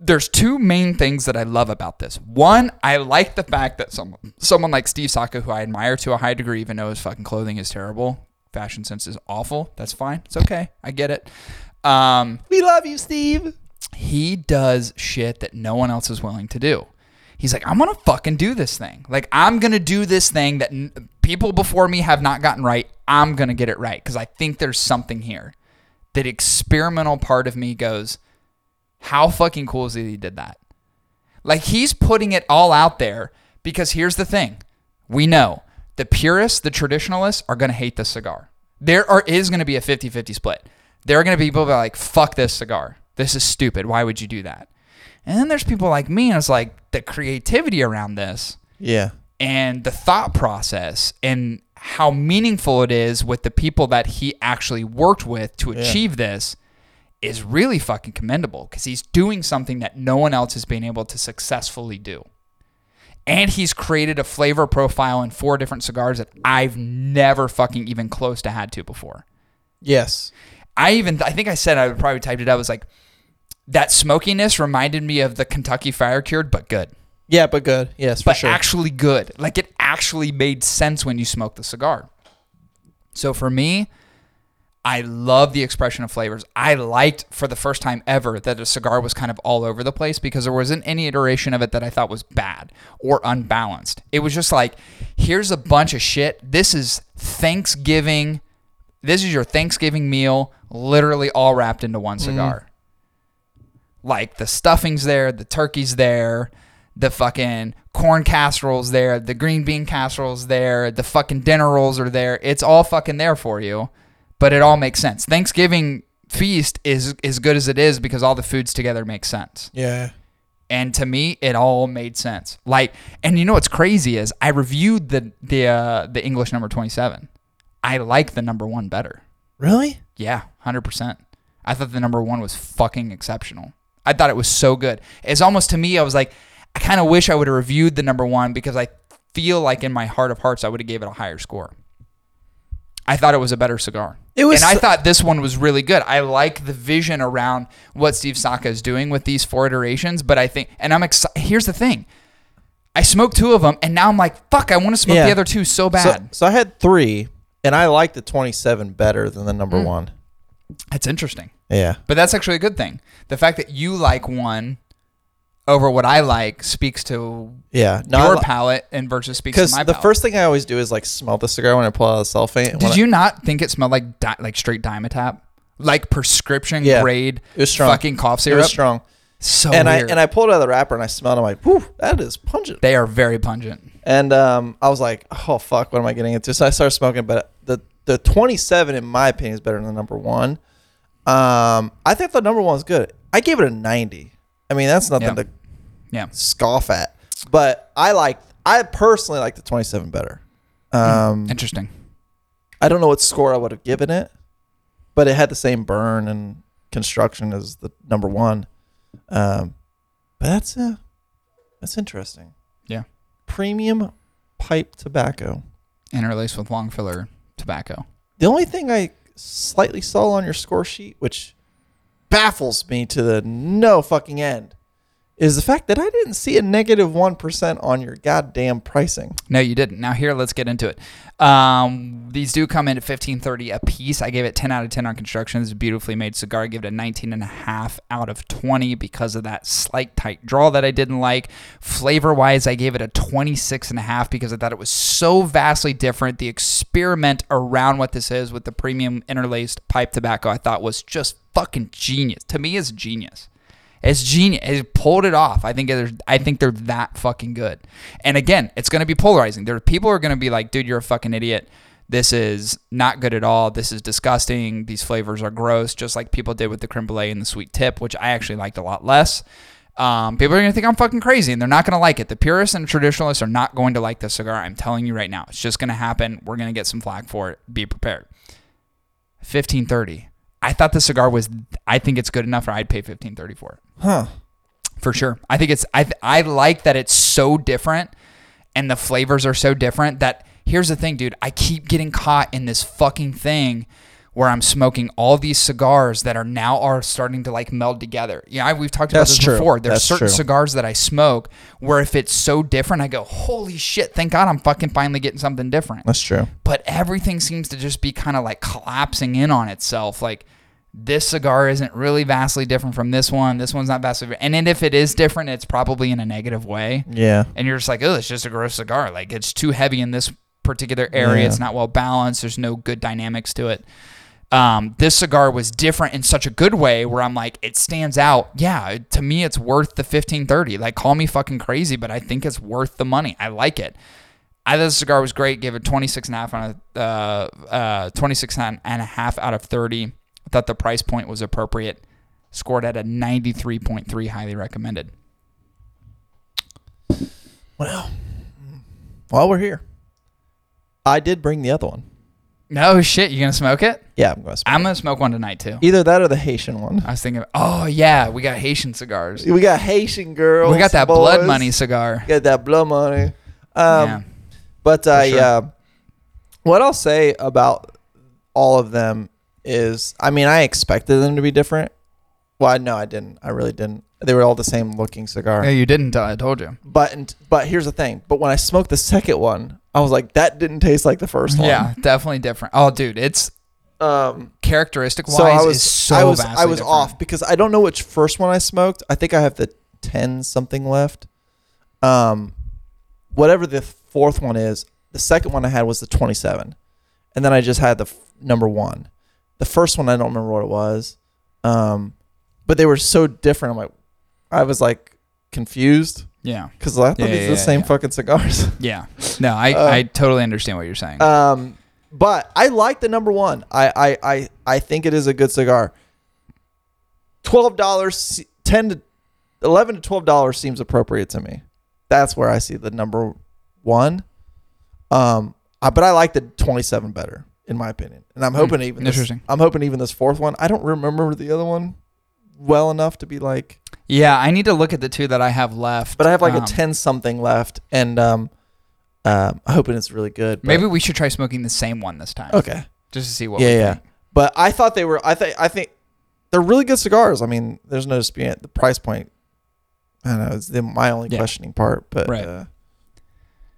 there's two main things that I love about this. One, I like the fact that someone someone like Steve Saka, who I admire to a high degree, even though his fucking clothing is terrible, fashion sense is awful. That's fine. It's okay. I get it. Um,
We love you, Steve.
he does shit that no one else is willing to do. He's like, I'm gonna fucking do this thing. Like, I'm gonna do this thing that n- people before me have not gotten right. I'm gonna get it right because I think there's something here. That experimental part of me goes, how fucking cool is it he did that? Like he's putting it all out there because here's the thing. We know the purists, the traditionalists are going to hate this cigar. There are is going to be a 50-50 split. There are going to be people that are like fuck this cigar. This is stupid. Why would you do that? And then there's people like me and it's like the creativity around this
Yeah.
and the thought process and how meaningful it is with the people that he actually worked with to achieve this is really fucking commendable because he's doing something that no one else has been able to successfully do. And he's created a flavor profile in four different cigars that I've never fucking even close to had to before.
Yes.
I even I think I said I probably typed it. I was like, that smokiness reminded me of the Kentucky Fire Cured, but good
Yeah, but good. Yes, for
but
sure.
actually good. Like it actually made sense when you smoked the cigar. So for me, I love the expression of flavors. I liked for the first time ever that a cigar was kind of all over the place because there wasn't any iteration of it that I thought was bad or unbalanced. It was just like, here's a bunch of shit. This is Thanksgiving. This is your Thanksgiving meal, literally all wrapped into
Mm.
one cigar like the stuffing's there, the turkey's there, the fucking corn casserole's there, the green bean casserole's there, the fucking dinner rolls are there. It's all fucking there for you, but it all makes sense. Thanksgiving feast is as good as it is because all the foods together make sense.
yeah.
And to me, it all made sense. Like, and you know what's crazy is I reviewed the the uh, the English number twenty seven. I like the number one better.
Really?
Yeah, hundred percent. I thought the number one was fucking exceptional. I thought it was so good. It's almost to me, I was like, I kind of wish I would have reviewed the number one because I feel like in my heart of hearts, I would have gave it a higher score. I thought it was a better cigar.
It was
and I
so-
thought this one was really good. I like the vision around what Steve Saka is doing with these four iterations, but I think, and I'm excited. Here's the thing. I smoked two of them, and now I'm like, fuck, I want to smoke
Yeah.
the other two so bad.
So, so I had three, and I liked the 27 better than the number
Mm.
one.
That's interesting.
Yeah.
But that's actually a good thing. The fact that you like one over what I like speaks to
Yeah.
your
Not
palate and versus speaks to
because
my
the
palate.
first thing I always do is like smell the cigar when I pull out a cellophane. and when
Did
I-
you not think it smelled like di- like straight Dimetapp? Like prescription
Yeah.
grade
It was strong.
fucking cough
it
syrup.
was strong.
So
and
weird.
I and I pulled it out of the wrapper and I smelled. it, I'm like, whew, that is pungent.
they are very pungent.
And um, I was like, oh fuck, what am I getting into? So I started smoking, but the the 27 in my opinion is better than the number one. Um, I think the number one is good. I gave it a 90. I mean, that's nothing
Yeah.
to
Yeah.
scoff at, but I like I personally like the 27 better. Um,
Interesting.
I don't know what score I would have given it, but it had the same burn and construction as the number one. Um, but that's uh, that's interesting.
Yeah.
Premium pipe tobacco.
Interlaced with long filler tobacco.
The only thing I slightly saw on your score sheet, which baffles me to the no fucking end, is the fact that I didn't see a negative 1% on your goddamn pricing.
No, you didn't. Now here, let's get into it. Um, these do come in at fifteen thirty a piece. I gave it ten out of ten on construction. This is a beautifully made cigar. I give it a nineteen and a half out of twenty because of that slight tight draw that I didn't like. Flavor wise, I gave it a twenty six and a half because I thought it was so vastly different. The experiment around what this is with the premium interlaced pipe tobacco, I thought was just fucking genius. To me, it's genius. It's genius. It pulled it off. I think they're, I think they're that fucking good. And again, it's going to be polarizing. There are people who are going to be like, dude, you're a fucking idiot. This is not good at all. This is disgusting. These flavors are gross, just like people did with the creme brulee and the sweet tip, which I actually liked a lot less. Um, people are going to think I'm fucking crazy and they're not going to like it. The purists and traditionalists are not going to like this cigar. I'm telling you right now. It's just going to happen. We're going to get some flack for it. Be prepared. 1530. I thought the cigar was, I think it's good enough, or I'd pay 1530 for it
Huh.
for sure. I think it's I I like that it's so different and the flavors are so different that here's the thing, dude, I keep getting caught in this fucking thing where I'm smoking all these cigars that are now are starting to like meld together. Yeah, I, we've talked about
That's
this
true.
before. There's
That's
certain
true.
cigars that I smoke where if it's so different, I go, "Holy shit, thank God I'm fucking finally getting something different."
That's true.
but everything seems to just be kind of like collapsing in on itself. Like this cigar isn't really vastly different from this one. This one's not vastly different. And then if it is different, it's probably in a negative way.
Yeah.
And you're just like, oh, it's just a gross cigar. Like it's too heavy in this particular area.
Yeah.
It's not well balanced. There's no good dynamics to it. Um, this cigar was different in such a good way where I'm like, it stands out. Yeah, it- to me, it's worth the 1530. Like, call me fucking crazy, but I think it's worth the money. I like it. I thought the cigar was great. Gave it 26 and a half on a, uh, uh, 26 and a half out of 30. I thought the price point was appropriate. Scored at a 93.3, highly recommended.
While we're here, I did bring the other one.
No shit, you gonna smoke it?
Yeah, I'm going to
I'm gonna smoke one tonight too.
Either that or the Haitian one.
I was thinking, oh yeah, we got Haitian cigars.
We got Haitian girls.
we got that blood
boys.
money cigar.
We got that blood money. Um,
yeah.
But I,
sure.
uh, what I'll say about all of them is, I mean, I expected them to be different. Well, no, I didn't. I really didn't. They were all the same looking cigar.
No, you didn't. tell- I told you.
But and, but here's the thing. But when I smoked the second one, I was like, that didn't taste like the first one.
Yeah, definitely different. Oh, dude, it's
Um.
characteristic wise
So I
is
was
so
I was
vastly
I was
different.
off because I don't know which first one I smoked. I think I have the ten something left. Um, whatever the fourth one is, the second one I had was the twenty seven, and then I just had the f- number one. The first one I don't remember what it was, um, but they were so different. I'm like, I was like confused
Yeah,
because I thought
Yeah,
these
yeah,
were the
yeah,
same
yeah.
fucking cigars.
yeah. No, I,
Uh,
I totally understand what you're saying.
Um, but I like the number one. I I I, I think it is a good cigar. Twelve dollars, ten to eleven to twelve dollars seems appropriate to me. That's where I see the number one. Um, I, but I like the twenty-seven better, in my opinion. And I'm hoping even this,
Hmm, interesting.
I'm hoping even this fourth one. I don't remember the other one well enough to be like,
yeah, I need to look at the two that I have left.
but I have like
Um,
a ten something left, and um, um, I'm hoping it's really good. but-
Maybe we should try smoking the same one this time,
okay.
just to see what.
yeah,
we
yeah.
think.
But I thought they were. I think. I think they're really good cigars. I mean, there's no dispute. The price point. I don't know. It's the, my only
Yeah.
questioning part, but
Right.
uh,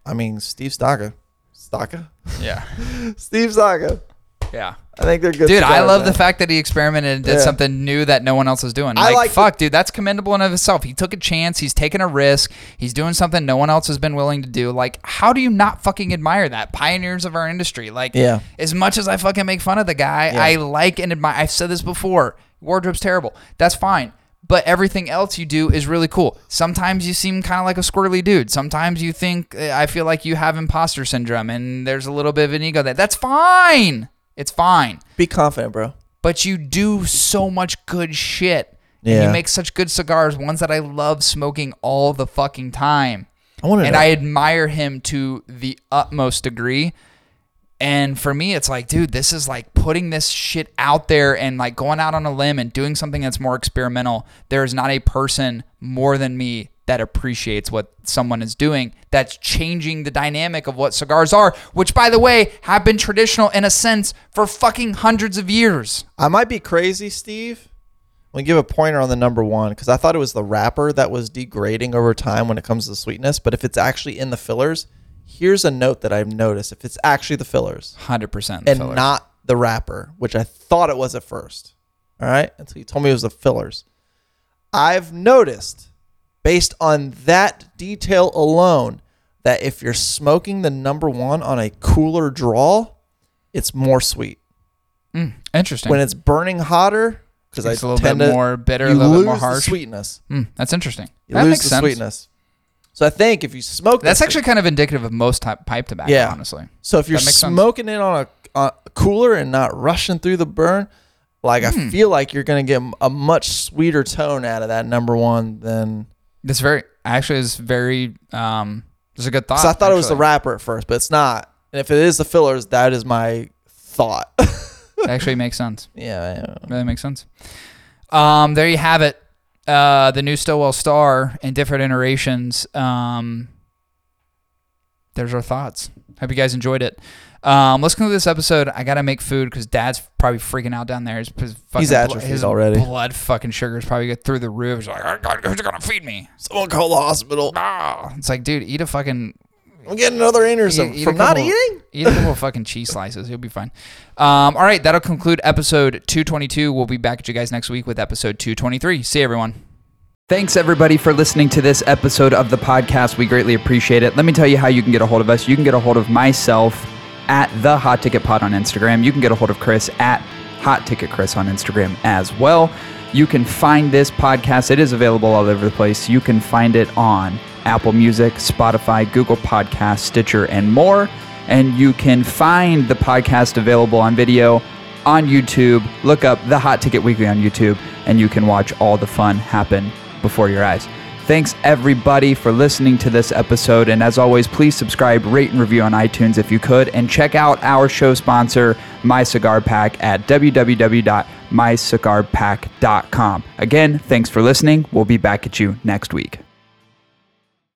I mean, Steve Stocka, Stocka,
yeah,
Steve Stocka.
yeah.
I think they're good.
Dude, I
cigars,
love
man.
the fact that he experimented and did
Yeah.
something new that no one else was doing.
I
Like,
like
fuck, dude, that's commendable in of itself. He took a chance. He's taking a risk. He's doing something no one else has been willing to do. Like, how do you not fucking admire that? Pioneers of our industry. Like,
Yeah.
as much as I fucking make fun of the guy,
Yeah.
I like and admire. I've said this before. Wardrobe's terrible. That's fine. But everything else you do is really cool. Sometimes you seem kind of like a squirrely dude. Sometimes you think, eh, I feel like you have imposter syndrome and there's a little bit of an ego there. That's fine. It's fine
Be confident, bro.
but you do so much good shit. And
Yeah.
you make such good cigars, ones that I love smoking all the fucking time.
I want to.
And I admire him to the utmost degree. And for me, it's like, dude, this is like putting this shit out there and like going out on a limb and doing something that's more experimental. There is not a person more than me that appreciates what someone is doing that's changing the dynamic of what cigars are, which, by the way, have been traditional in a sense for fucking hundreds of years.
I might be crazy, Steve. I'm gonna give a pointer on the number one because I thought it was the wrapper that was degrading over time when it comes to sweetness. But if it's actually in the fillers, here's a note that I've noticed: if it's actually the fillers
100%
and
filler.
not the wrapper, which I thought it was at first, all right, until you told me it was the fillers, I've noticed based on that detail alone that if you're smoking the number one on a cooler draw, it's more sweet
Mm, interesting.
when it's burning hotter because I
it's a little
tend
bit
to,
more bitter, a
you
little
lose
bit more
the
harsh.
sweetness.
Mm, that's interesting.
You
that
lose
makes
the
sense.
sweetness. So I think if you smoke,
That's
this-
actually kind of indicative of most type, pipe tobacco,
Yeah.
honestly.
so if you're
that makes sense.
smoking it on a, on a cooler and not rushing through the burn, like
Hmm.
I feel like you're gonna get a much sweeter tone out of that number one than.
That's very, actually, is very, um, it's a good thought.
So I thought it was the
actually.
wrapper at first, but it's not. And if it is the fillers, that is my thought.
That actually makes sense.
yeah, yeah.
That makes sense. Um, there you have it. Uh, the new Stowell Star in different iterations. Um, there's our thoughts. Hope you guys enjoyed it. Um, let's conclude this episode. I gotta make food because Dad's probably freaking out down there. His, his fucking
He's
blo-
atrophied
his
already.
Blood fucking sugars probably get through the roof. He's like, I got, who's gonna feed me?
Someone call the hospital.
Ah. It's like, dude, eat a fucking
I'm getting another aneurysm
Eat- eat a
from not
couple-
eating.
Eat a couple of fucking cheese slices. You'll be fine. Um, all right, that'll conclude episode 222. We'll be back at you guys next week with episode 223. See you, everyone. Thanks, everybody, for listening to this episode of the podcast. We greatly appreciate it. Let me tell you how you can get a hold of us. You can get a hold of myself at the Hot Ticket Pod on Instagram. You can get a hold of Chris at Hot Ticket Chris on Instagram as well. You can find this podcast. It is available all over the place. You can find it on Apple Music, Spotify, Google Podcasts, Stitcher, and more. And you can find the podcast available on video on YouTube. Look up The Hot Ticket Weekly on YouTube, and you can watch all the fun happen before your eyes. Thanks, everybody, for listening to this episode. And as always, please subscribe, rate, and review on iTunes if you could. And check out our show sponsor, My Cigar Pack, at www.mycigarpack.com. Again, thanks for listening. We'll be back at you next week.